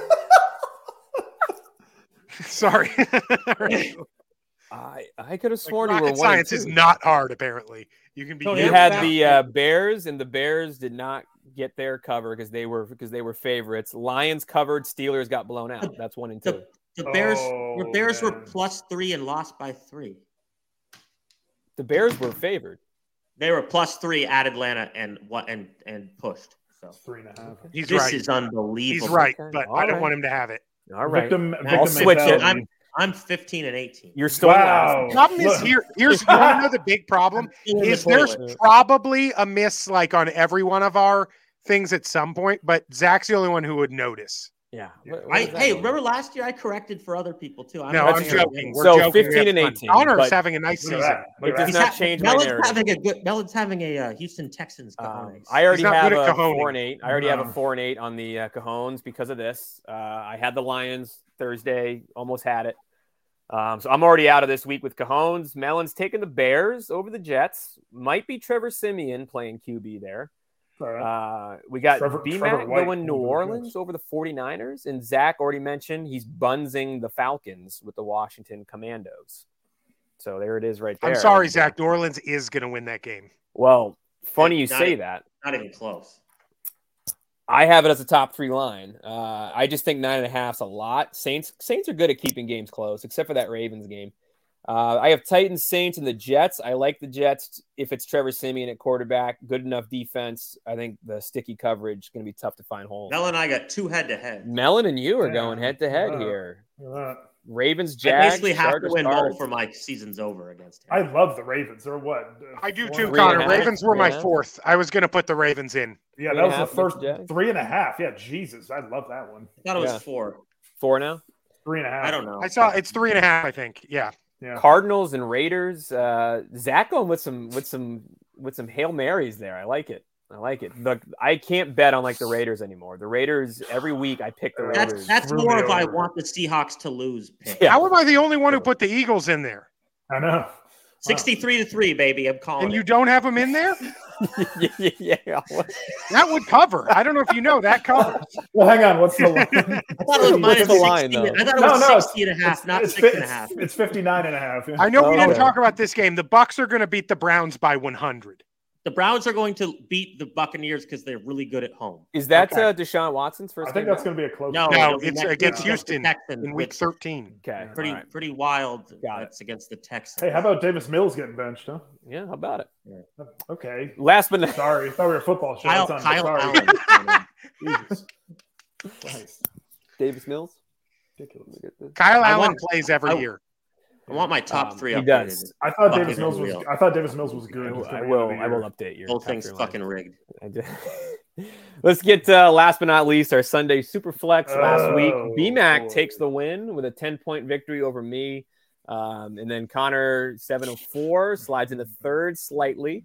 Speaker 3: Sorry. (laughs)
Speaker 1: I I could have sworn you were one.
Speaker 3: rocket
Speaker 1: and
Speaker 3: science is
Speaker 1: two.
Speaker 3: not hard, apparently. You can be
Speaker 2: No,
Speaker 1: You
Speaker 2: Yeah,
Speaker 1: had
Speaker 2: that-
Speaker 1: the uh, Bears, and the Bears did not get their cover because they were because they were favorites. Lions covered. Steelers got blown out. That's one and two.
Speaker 2: The, the Bears, the
Speaker 4: Oh,
Speaker 2: Bears were
Speaker 4: man.
Speaker 2: plus three and lost by three.
Speaker 1: The Bears were favored.
Speaker 2: They were plus three at Atlanta and what and and pushed. So
Speaker 4: Three and a half.
Speaker 3: he's
Speaker 2: this
Speaker 3: right.
Speaker 2: is unbelievable.
Speaker 3: He's right,
Speaker 1: Okay,
Speaker 3: but
Speaker 1: all
Speaker 3: I don't
Speaker 1: right.
Speaker 3: want him to have it.
Speaker 1: All right.
Speaker 4: Victim,
Speaker 2: Now,
Speaker 4: victim
Speaker 1: I'll switch it.
Speaker 4: mentality.
Speaker 2: I'm I'm 15 and 18.
Speaker 1: You're still
Speaker 4: Wow.
Speaker 1: last.
Speaker 3: Problem is
Speaker 4: Look.
Speaker 3: here. Here's you
Speaker 1: (laughs)
Speaker 3: want to know the big problem
Speaker 2: Still in the
Speaker 3: is there's
Speaker 2: toilet.
Speaker 3: probably a miss like on every one of our things at some point, but Zach's the only one who would notice.
Speaker 1: Yeah.
Speaker 4: Yeah.
Speaker 1: What- what
Speaker 2: I,
Speaker 1: is that
Speaker 2: hey,
Speaker 1: one?
Speaker 2: remember last year I corrected for other people too.
Speaker 3: no,
Speaker 2: not
Speaker 3: I'm
Speaker 2: sure.
Speaker 3: joking. We're
Speaker 1: So
Speaker 3: joking. We
Speaker 1: 15 and
Speaker 3: have fun.
Speaker 1: 18,
Speaker 3: Connor's
Speaker 1: but-
Speaker 3: having a nice
Speaker 4: Look at
Speaker 3: season.
Speaker 4: that. Look
Speaker 1: It does
Speaker 4: at that.
Speaker 2: He's
Speaker 1: not
Speaker 2: ha-
Speaker 1: change my
Speaker 2: Melon's
Speaker 1: narrative.
Speaker 2: having a good. Melon's having a uh, Houston Texans.
Speaker 1: Um,
Speaker 2: cojones.
Speaker 1: I already
Speaker 3: not
Speaker 1: have
Speaker 3: good at
Speaker 1: a
Speaker 3: cajoning.
Speaker 1: four and eight. I already have a
Speaker 4: No.
Speaker 1: four and eight on the uh, Cajones because of this. Uh, I had the Lions Thursday, almost had it. Um, so I'm already out of this week with Cajones. Melon's taking the Bears over the Jets. Might be Trevor Simeon playing QB there.
Speaker 4: All right.
Speaker 1: Uh, we got
Speaker 4: Trevor-
Speaker 1: B
Speaker 4: Trevor
Speaker 1: Mac
Speaker 4: White
Speaker 1: going New
Speaker 4: over the
Speaker 1: Orleans
Speaker 4: Jets.
Speaker 1: over the 49ers. And Zach already mentioned he's bunzing the Falcons with the Washington Commandos. So there it is right there.
Speaker 3: I'm sorry, Zach. New Orleans is going to win that game.
Speaker 1: Well, funny you
Speaker 2: Not
Speaker 1: say
Speaker 2: it.
Speaker 1: that.
Speaker 2: Not even close.
Speaker 1: I have it as a top three line. Uh, I just think nine and a half's a lot. Saints Saints are good at keeping games close, except for that Ravens game. Uh, I have Titans, Saints, and the Jets. I like the Jets if it's Trevor Simeon at quarterback. Good enough defense. I think the sticky coverage is going to be tough to find holes.
Speaker 2: Mel and I got two head to head.
Speaker 1: Melon and you are
Speaker 4: Yeah.
Speaker 1: going head to head
Speaker 4: Wow.
Speaker 1: here.
Speaker 4: Look at that.
Speaker 1: Ravens,
Speaker 2: I
Speaker 1: Jags.
Speaker 2: basically have
Speaker 1: Chargers,
Speaker 2: to win
Speaker 1: Cards.
Speaker 2: both for my season's over against him.
Speaker 4: I love the Ravens. They're what? uh,
Speaker 3: I do
Speaker 4: four
Speaker 3: too,
Speaker 4: and a
Speaker 3: Connor.
Speaker 4: half?
Speaker 1: half,
Speaker 3: Ravens were
Speaker 1: three
Speaker 3: my
Speaker 1: and a half.
Speaker 3: fourth. I was going to put the Ravens in.
Speaker 4: Yeah,
Speaker 1: Three
Speaker 4: that
Speaker 1: and
Speaker 4: was
Speaker 1: a
Speaker 4: the
Speaker 1: half with
Speaker 4: first
Speaker 1: the Jags.
Speaker 4: three and a half. Yeah, Jesus, I love that one.
Speaker 2: I thought it was
Speaker 1: Yeah.
Speaker 2: four.
Speaker 1: Four oh? now.
Speaker 4: Three and a half.
Speaker 2: I don't know.
Speaker 3: I saw it's three and a half. I think. Yeah.
Speaker 4: Yeah.
Speaker 1: Cardinals and Raiders. Uh, Zach going with some with some with some hail marys there. I like it. I like it. The, I can't bet on like the Raiders anymore. The Raiders every week I pick the
Speaker 4: That's-
Speaker 1: Raiders.
Speaker 2: That's that's
Speaker 4: Screw
Speaker 2: more
Speaker 4: me
Speaker 2: if I
Speaker 4: over.
Speaker 2: want the Seahawks
Speaker 1: (laughs)
Speaker 2: to lose. Pick.
Speaker 1: Yeah.
Speaker 3: How am I the only one who put the Eagles in there?
Speaker 4: I know.
Speaker 2: Sixty-three to three, baby. I'm calling.
Speaker 3: And you
Speaker 2: it.
Speaker 3: don't have them in there?
Speaker 1: yeah, (laughs) yeah,
Speaker 2: (laughs)
Speaker 1: yeah.
Speaker 3: That would cover. I don't know if you know that covers.
Speaker 4: Well, hang on. (laughs) What's the line?
Speaker 2: (laughs) I thought it was
Speaker 1: What's
Speaker 2: minus
Speaker 1: the line,
Speaker 2: 16.
Speaker 1: though?
Speaker 2: I thought it
Speaker 4: No,
Speaker 2: was
Speaker 4: no,
Speaker 2: 60 and a half, not
Speaker 4: it's,
Speaker 2: six
Speaker 4: fi-
Speaker 2: and a half.
Speaker 4: It's 59 and a half. yeah.
Speaker 3: I know we didn't
Speaker 1: Okay.
Speaker 3: talk about this game. The Bucks are going to beat the Browns by 100.
Speaker 2: The Browns are going to beat the Buccaneers because they're really good at home.
Speaker 1: Is that
Speaker 3: Okay.
Speaker 1: uh, Deshaun Watson's first?
Speaker 4: I think
Speaker 1: game
Speaker 4: that's going to be a close.
Speaker 2: No,
Speaker 4: one.
Speaker 3: No,
Speaker 2: it'll be
Speaker 3: it's
Speaker 2: next
Speaker 3: against
Speaker 2: week
Speaker 3: Houston
Speaker 2: the Texans,
Speaker 3: In week
Speaker 2: which-
Speaker 3: 13.
Speaker 1: okay.
Speaker 2: pretty
Speaker 1: all right.
Speaker 2: pretty wild.
Speaker 1: Got it.
Speaker 2: That's against the Texans.
Speaker 4: Hey, how about Davis Mills getting benched? Huh?
Speaker 1: Yeah, how about it?
Speaker 4: Okay.
Speaker 1: Last but not
Speaker 4: Sorry, I thought we were a football show.
Speaker 2: Kyle,
Speaker 4: It's on-
Speaker 2: Kyle
Speaker 4: Sorry.
Speaker 2: Allen?
Speaker 4: (laughs) Jesus. Christ.
Speaker 1: Davis Mills.
Speaker 4: Ridiculous.
Speaker 3: Kyle
Speaker 2: I
Speaker 3: Allen
Speaker 2: want-
Speaker 3: plays every
Speaker 2: I-
Speaker 3: year.
Speaker 2: I want my top
Speaker 1: Um,
Speaker 2: three.
Speaker 1: He
Speaker 2: updated.
Speaker 1: does.
Speaker 4: I thought
Speaker 2: Fucking
Speaker 4: Davis Mills was.
Speaker 2: unreal.
Speaker 4: I thought Davis Mills was
Speaker 1: I
Speaker 4: good.
Speaker 1: will.
Speaker 4: He's
Speaker 1: I
Speaker 4: gonna be
Speaker 1: will,
Speaker 4: out of the
Speaker 1: I will
Speaker 4: year.
Speaker 1: update your
Speaker 2: The whole
Speaker 1: top
Speaker 2: thing's
Speaker 1: three line.
Speaker 2: fucking rigged.
Speaker 1: I do. (laughs) Let's get uh, last but not least our Sunday super flex last
Speaker 4: Oh,
Speaker 1: week. BMAC
Speaker 4: boy.
Speaker 1: takes the win with a 10 point victory over me. Um, and then Connor 704 slides into third slightly.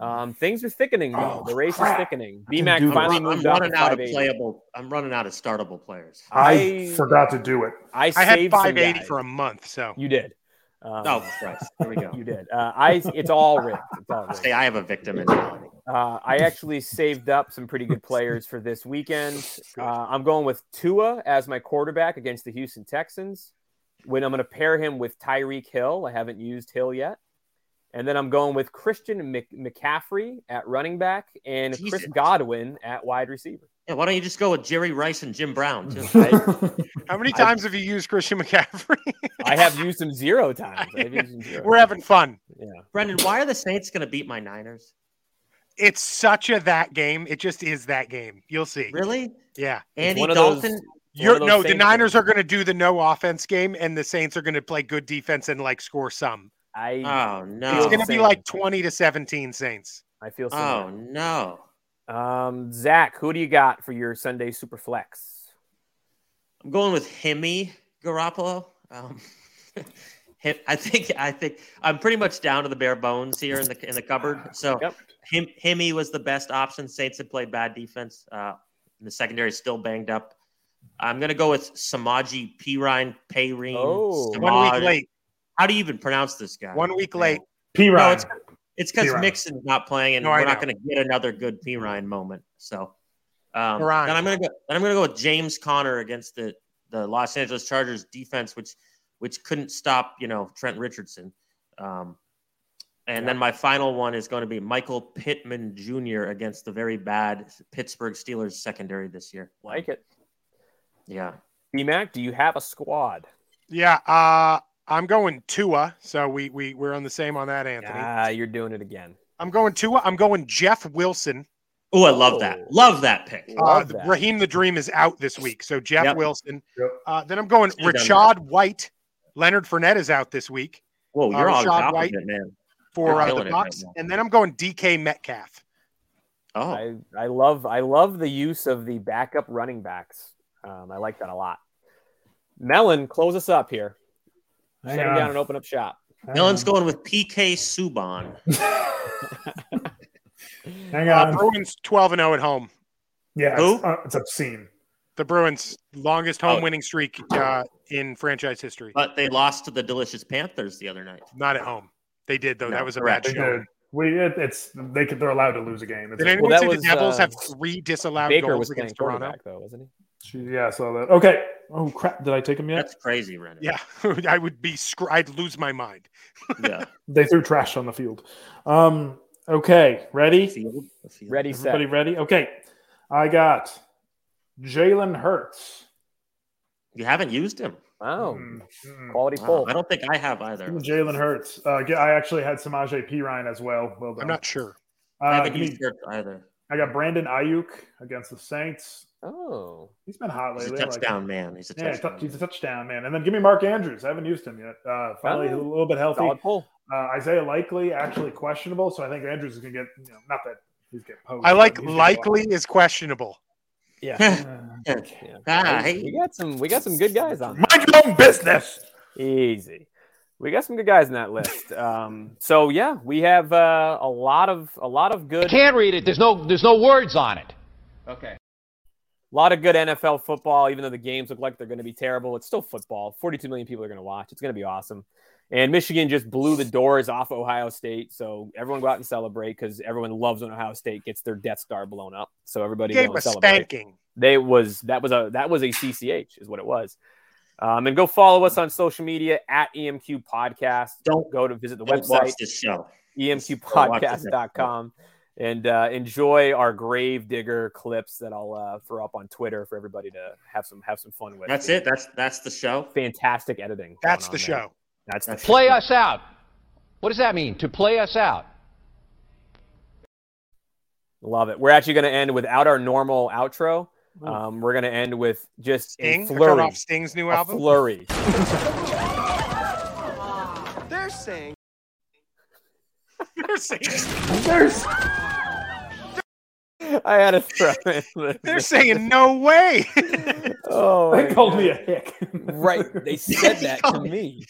Speaker 1: Um, things are thickening though.
Speaker 4: Oh,
Speaker 1: the race
Speaker 4: crap.
Speaker 1: is thickening.
Speaker 4: didn't do
Speaker 1: BMAC
Speaker 4: that.
Speaker 1: finally
Speaker 2: I'm,
Speaker 1: moved up. to
Speaker 2: running out of
Speaker 1: 580.
Speaker 2: playable. I'm running out of startable players.
Speaker 1: (laughs)
Speaker 4: I
Speaker 1: I-
Speaker 4: forgot to do it.
Speaker 1: I,
Speaker 3: I had
Speaker 1: saved some
Speaker 3: 580
Speaker 1: guys.
Speaker 3: for a
Speaker 1: (laughs)
Speaker 3: month. So
Speaker 1: You did. Um,
Speaker 2: Oh, Christ. Here we go.
Speaker 1: (laughs) You did. Uh, I. It's all rigged. It's all rigged.
Speaker 2: Say I have a victim mentality.
Speaker 1: Uh, I actually saved up some pretty good players for this weekend. Uh, I'm going with Tua as my quarterback against the Houston Texans. When I'm going to pair him with Tyreek Hill, I haven't used Hill yet. And then I'm going with Christian Mc- McCaffrey at running back and Chris
Speaker 2: Jesus.
Speaker 1: Godwin at wide receiver.
Speaker 2: Yeah, why don't you just go with Jerry Rice and Jim
Speaker 1: (sighs)
Speaker 2: Brown? Too?
Speaker 3: how many
Speaker 1: I-
Speaker 3: times have you used Christian McCaffrey? (laughs)
Speaker 1: I have used him zero times. I've used him zero.
Speaker 3: We're having fun.
Speaker 1: yeah.
Speaker 2: Brendan, why are the Saints going to beat my Niners?
Speaker 3: It's such a that game. It just is that game. You'll see.
Speaker 2: Really?
Speaker 3: Yeah.
Speaker 2: Andy
Speaker 1: one of those-
Speaker 2: Dalton?
Speaker 1: It's one
Speaker 3: You're,
Speaker 1: of those
Speaker 3: no, the
Speaker 1: Saints
Speaker 3: Niners
Speaker 1: games.
Speaker 3: are going to do the no offense game, and the Saints are going to play good defense and like score some.
Speaker 1: I
Speaker 2: Oh, no.
Speaker 3: It's
Speaker 1: Oh.
Speaker 3: going to be like 20 to 17 Saints.
Speaker 1: I feel so.
Speaker 2: Oh, no.
Speaker 1: Um, Zach, who do you got for your Sunday super flex?
Speaker 2: I'm going with Hemi Garoppolo. Um, (laughs) him, I think I think I'm pretty much down to the bare bones here in the in the cupboard. So
Speaker 1: Yep.
Speaker 2: him Hemi was the best option. Saints had played bad defense. Uh, and the secondary is still banged up. I'm gonna go with Samaji Pirine Payreen.
Speaker 1: Oh.
Speaker 2: Samaj-
Speaker 3: One week late.
Speaker 2: How do you even pronounce this guy?
Speaker 3: One week late.
Speaker 4: P
Speaker 2: No,
Speaker 4: Ryan.
Speaker 2: it's it's because
Speaker 4: Pirine.
Speaker 2: Mixon's not playing, and
Speaker 3: No, I
Speaker 2: we're not
Speaker 3: know.
Speaker 2: gonna get another good Pirine moment. So um, then
Speaker 3: Pirine.
Speaker 2: I'm gonna go. Then I'm gonna go with James Conner against the the Los Angeles Chargers defense, which which couldn't stop you know Trent Richardson. Um, and then my final one is going to be Michael Pittman Jr. against the very bad Pittsburgh Steelers secondary this year.
Speaker 1: Like it.
Speaker 2: yeah,
Speaker 1: BMAC, do you have a squad?
Speaker 3: Yeah, uh, I'm going Tua. So we we we're on the same on that, Anthony.
Speaker 1: Ah, you're doing it again.
Speaker 3: I'm going Tua. I'm going Jeff Wilson.
Speaker 2: oh, I love that,
Speaker 1: Oh.
Speaker 2: love that pick.
Speaker 3: Uh,
Speaker 1: Love that.
Speaker 3: Raheem the Dream is out this week, so Jeff
Speaker 2: Yep.
Speaker 3: Wilson.
Speaker 4: Yep.
Speaker 3: Uh, then I'm going
Speaker 2: Should've done
Speaker 3: Rashad White. Leonard Fournette is out this week
Speaker 2: Whoa, you're
Speaker 3: Uh,
Speaker 2: on
Speaker 3: Rashad
Speaker 2: top
Speaker 3: White.
Speaker 2: of it, man.
Speaker 3: for
Speaker 2: They're
Speaker 3: uh,
Speaker 2: killing
Speaker 3: the
Speaker 2: it right
Speaker 3: Bucks,
Speaker 2: now.
Speaker 3: and then I'm going DK Metcalf.
Speaker 2: Oh,
Speaker 1: I, I love I love the use of the backup running backs. Um, I like that a lot. Melon, close us up here. Shut him
Speaker 2: uh,
Speaker 1: down and open up shop.
Speaker 2: Dylan's going with PK Subban.
Speaker 4: (laughs) Hang
Speaker 3: Uh,
Speaker 4: on.
Speaker 3: Bruins 12 and 0 at home.
Speaker 4: yeah,
Speaker 2: who?
Speaker 4: It's, uh, it's obscene.
Speaker 3: The Bruins longest home
Speaker 2: Oh.
Speaker 3: winning streak uh, in franchise history.
Speaker 2: But they lost to the Delicious Panthers the other night.
Speaker 3: Not at home. They did though.
Speaker 2: No,
Speaker 3: that was a
Speaker 2: correct.
Speaker 3: bad
Speaker 4: They
Speaker 3: show.
Speaker 4: did. We it, it's they could, they're allowed to lose a game. It's
Speaker 3: Did anyone
Speaker 1: that
Speaker 3: see
Speaker 1: was,
Speaker 3: the Devils
Speaker 1: uh,
Speaker 3: have three disallowed
Speaker 1: Baker
Speaker 3: goals
Speaker 1: was playing
Speaker 3: against Toronto?
Speaker 1: quarterback though, wasn't he?
Speaker 4: yeah, I saw that. Okay. Oh crap! Did I take him yet?
Speaker 2: That's crazy, Renner.
Speaker 3: Yeah, (laughs) I would be. Scr- I'd lose my mind.
Speaker 2: (laughs) yeah.
Speaker 4: They threw trash on the field. Um. Okay. Ready?
Speaker 2: Field, the field.
Speaker 1: Ready, set.
Speaker 4: Everybody ready? Okay. I got Jalen Hurts.
Speaker 2: You haven't used him.
Speaker 1: Wow,
Speaker 2: Hmm.
Speaker 4: Mm, mm.
Speaker 1: quality
Speaker 2: Wow,
Speaker 1: pull.
Speaker 2: I don't think I have either.
Speaker 4: Jalen Hurts. Uh, g- I actually had Samaje Perine as well. Well done.
Speaker 3: I'm not sure.
Speaker 2: I
Speaker 4: Uh,
Speaker 2: haven't
Speaker 4: give me-
Speaker 2: used Dirk either.
Speaker 4: I got Brandon Ayuk against the Saints.
Speaker 1: Oh,
Speaker 4: He's been hot
Speaker 2: He's a
Speaker 4: lately. I like
Speaker 2: touchdown
Speaker 4: him.
Speaker 2: man. He's a
Speaker 4: yeah, tou-
Speaker 2: touchdown.
Speaker 4: he's a touchdown man. And then give me Mark Andrews. I haven't used him yet. Uh, finally,
Speaker 1: Oh.
Speaker 4: a little bit healthy.
Speaker 1: solid pull.
Speaker 4: Uh, Isaiah Likely actually questionable, so I think Andrews is going to get you know, not that he's getting posed.
Speaker 3: I like
Speaker 4: but he's gonna
Speaker 3: likely is questionable.
Speaker 1: Yeah.
Speaker 4: (laughs) go-
Speaker 1: yeah.
Speaker 2: (laughs) Ah,
Speaker 1: Hey,
Speaker 2: hey.
Speaker 1: we got some. We got some good guys on.
Speaker 4: Mind your own business.
Speaker 1: Easy. We got some good guys in that
Speaker 3: (laughs)
Speaker 1: list. Um, so yeah, we have uh, a lot of a lot of good
Speaker 9: can't read it. There's no there's no words on it. Okay.
Speaker 1: a lot of good NFL football, even though the games look like they're going to be terrible. It's still football. 42 million people are going to watch. It's going to be awesome. And Michigan just blew the doors off Ohio State. So everyone go out and celebrate because everyone loves when Ohio State gets their Death Star blown up. So everybody
Speaker 3: Gave
Speaker 1: go
Speaker 3: a
Speaker 1: and celebrate.
Speaker 3: spanking.
Speaker 1: They was that was a that was a CCH is what it was. Um, and go follow us on social media at EMQ Podcast.
Speaker 2: Don't-
Speaker 1: go to visit the
Speaker 2: Don't
Speaker 1: website E
Speaker 2: watch this show.
Speaker 1: emqpodcast.com and uh, enjoy our grave digger clips that I'll uh, throw up on Twitter for everybody to have some have some fun with.
Speaker 2: That's it. That's that's the show.
Speaker 1: Fantastic editing.
Speaker 3: That's
Speaker 1: going
Speaker 3: the
Speaker 1: on there.
Speaker 3: show.
Speaker 1: That's the
Speaker 2: That's-
Speaker 9: Play us out. What does that mean? To play us out.
Speaker 1: love it. We're actually going to end without our normal outro. Um, we're going to end with just
Speaker 3: Sting.
Speaker 1: a
Speaker 3: I Cut
Speaker 1: flurry,
Speaker 3: off Sting's new
Speaker 1: a
Speaker 3: album.
Speaker 1: flurry.
Speaker 8: They're saying.
Speaker 3: (laughs) They're saying,
Speaker 1: I had to throw in.
Speaker 3: they're saying no way.
Speaker 1: (laughs) oh,
Speaker 4: They
Speaker 1: my
Speaker 4: called
Speaker 1: God.
Speaker 4: me a hick. (laughs)
Speaker 1: right. They said that to me.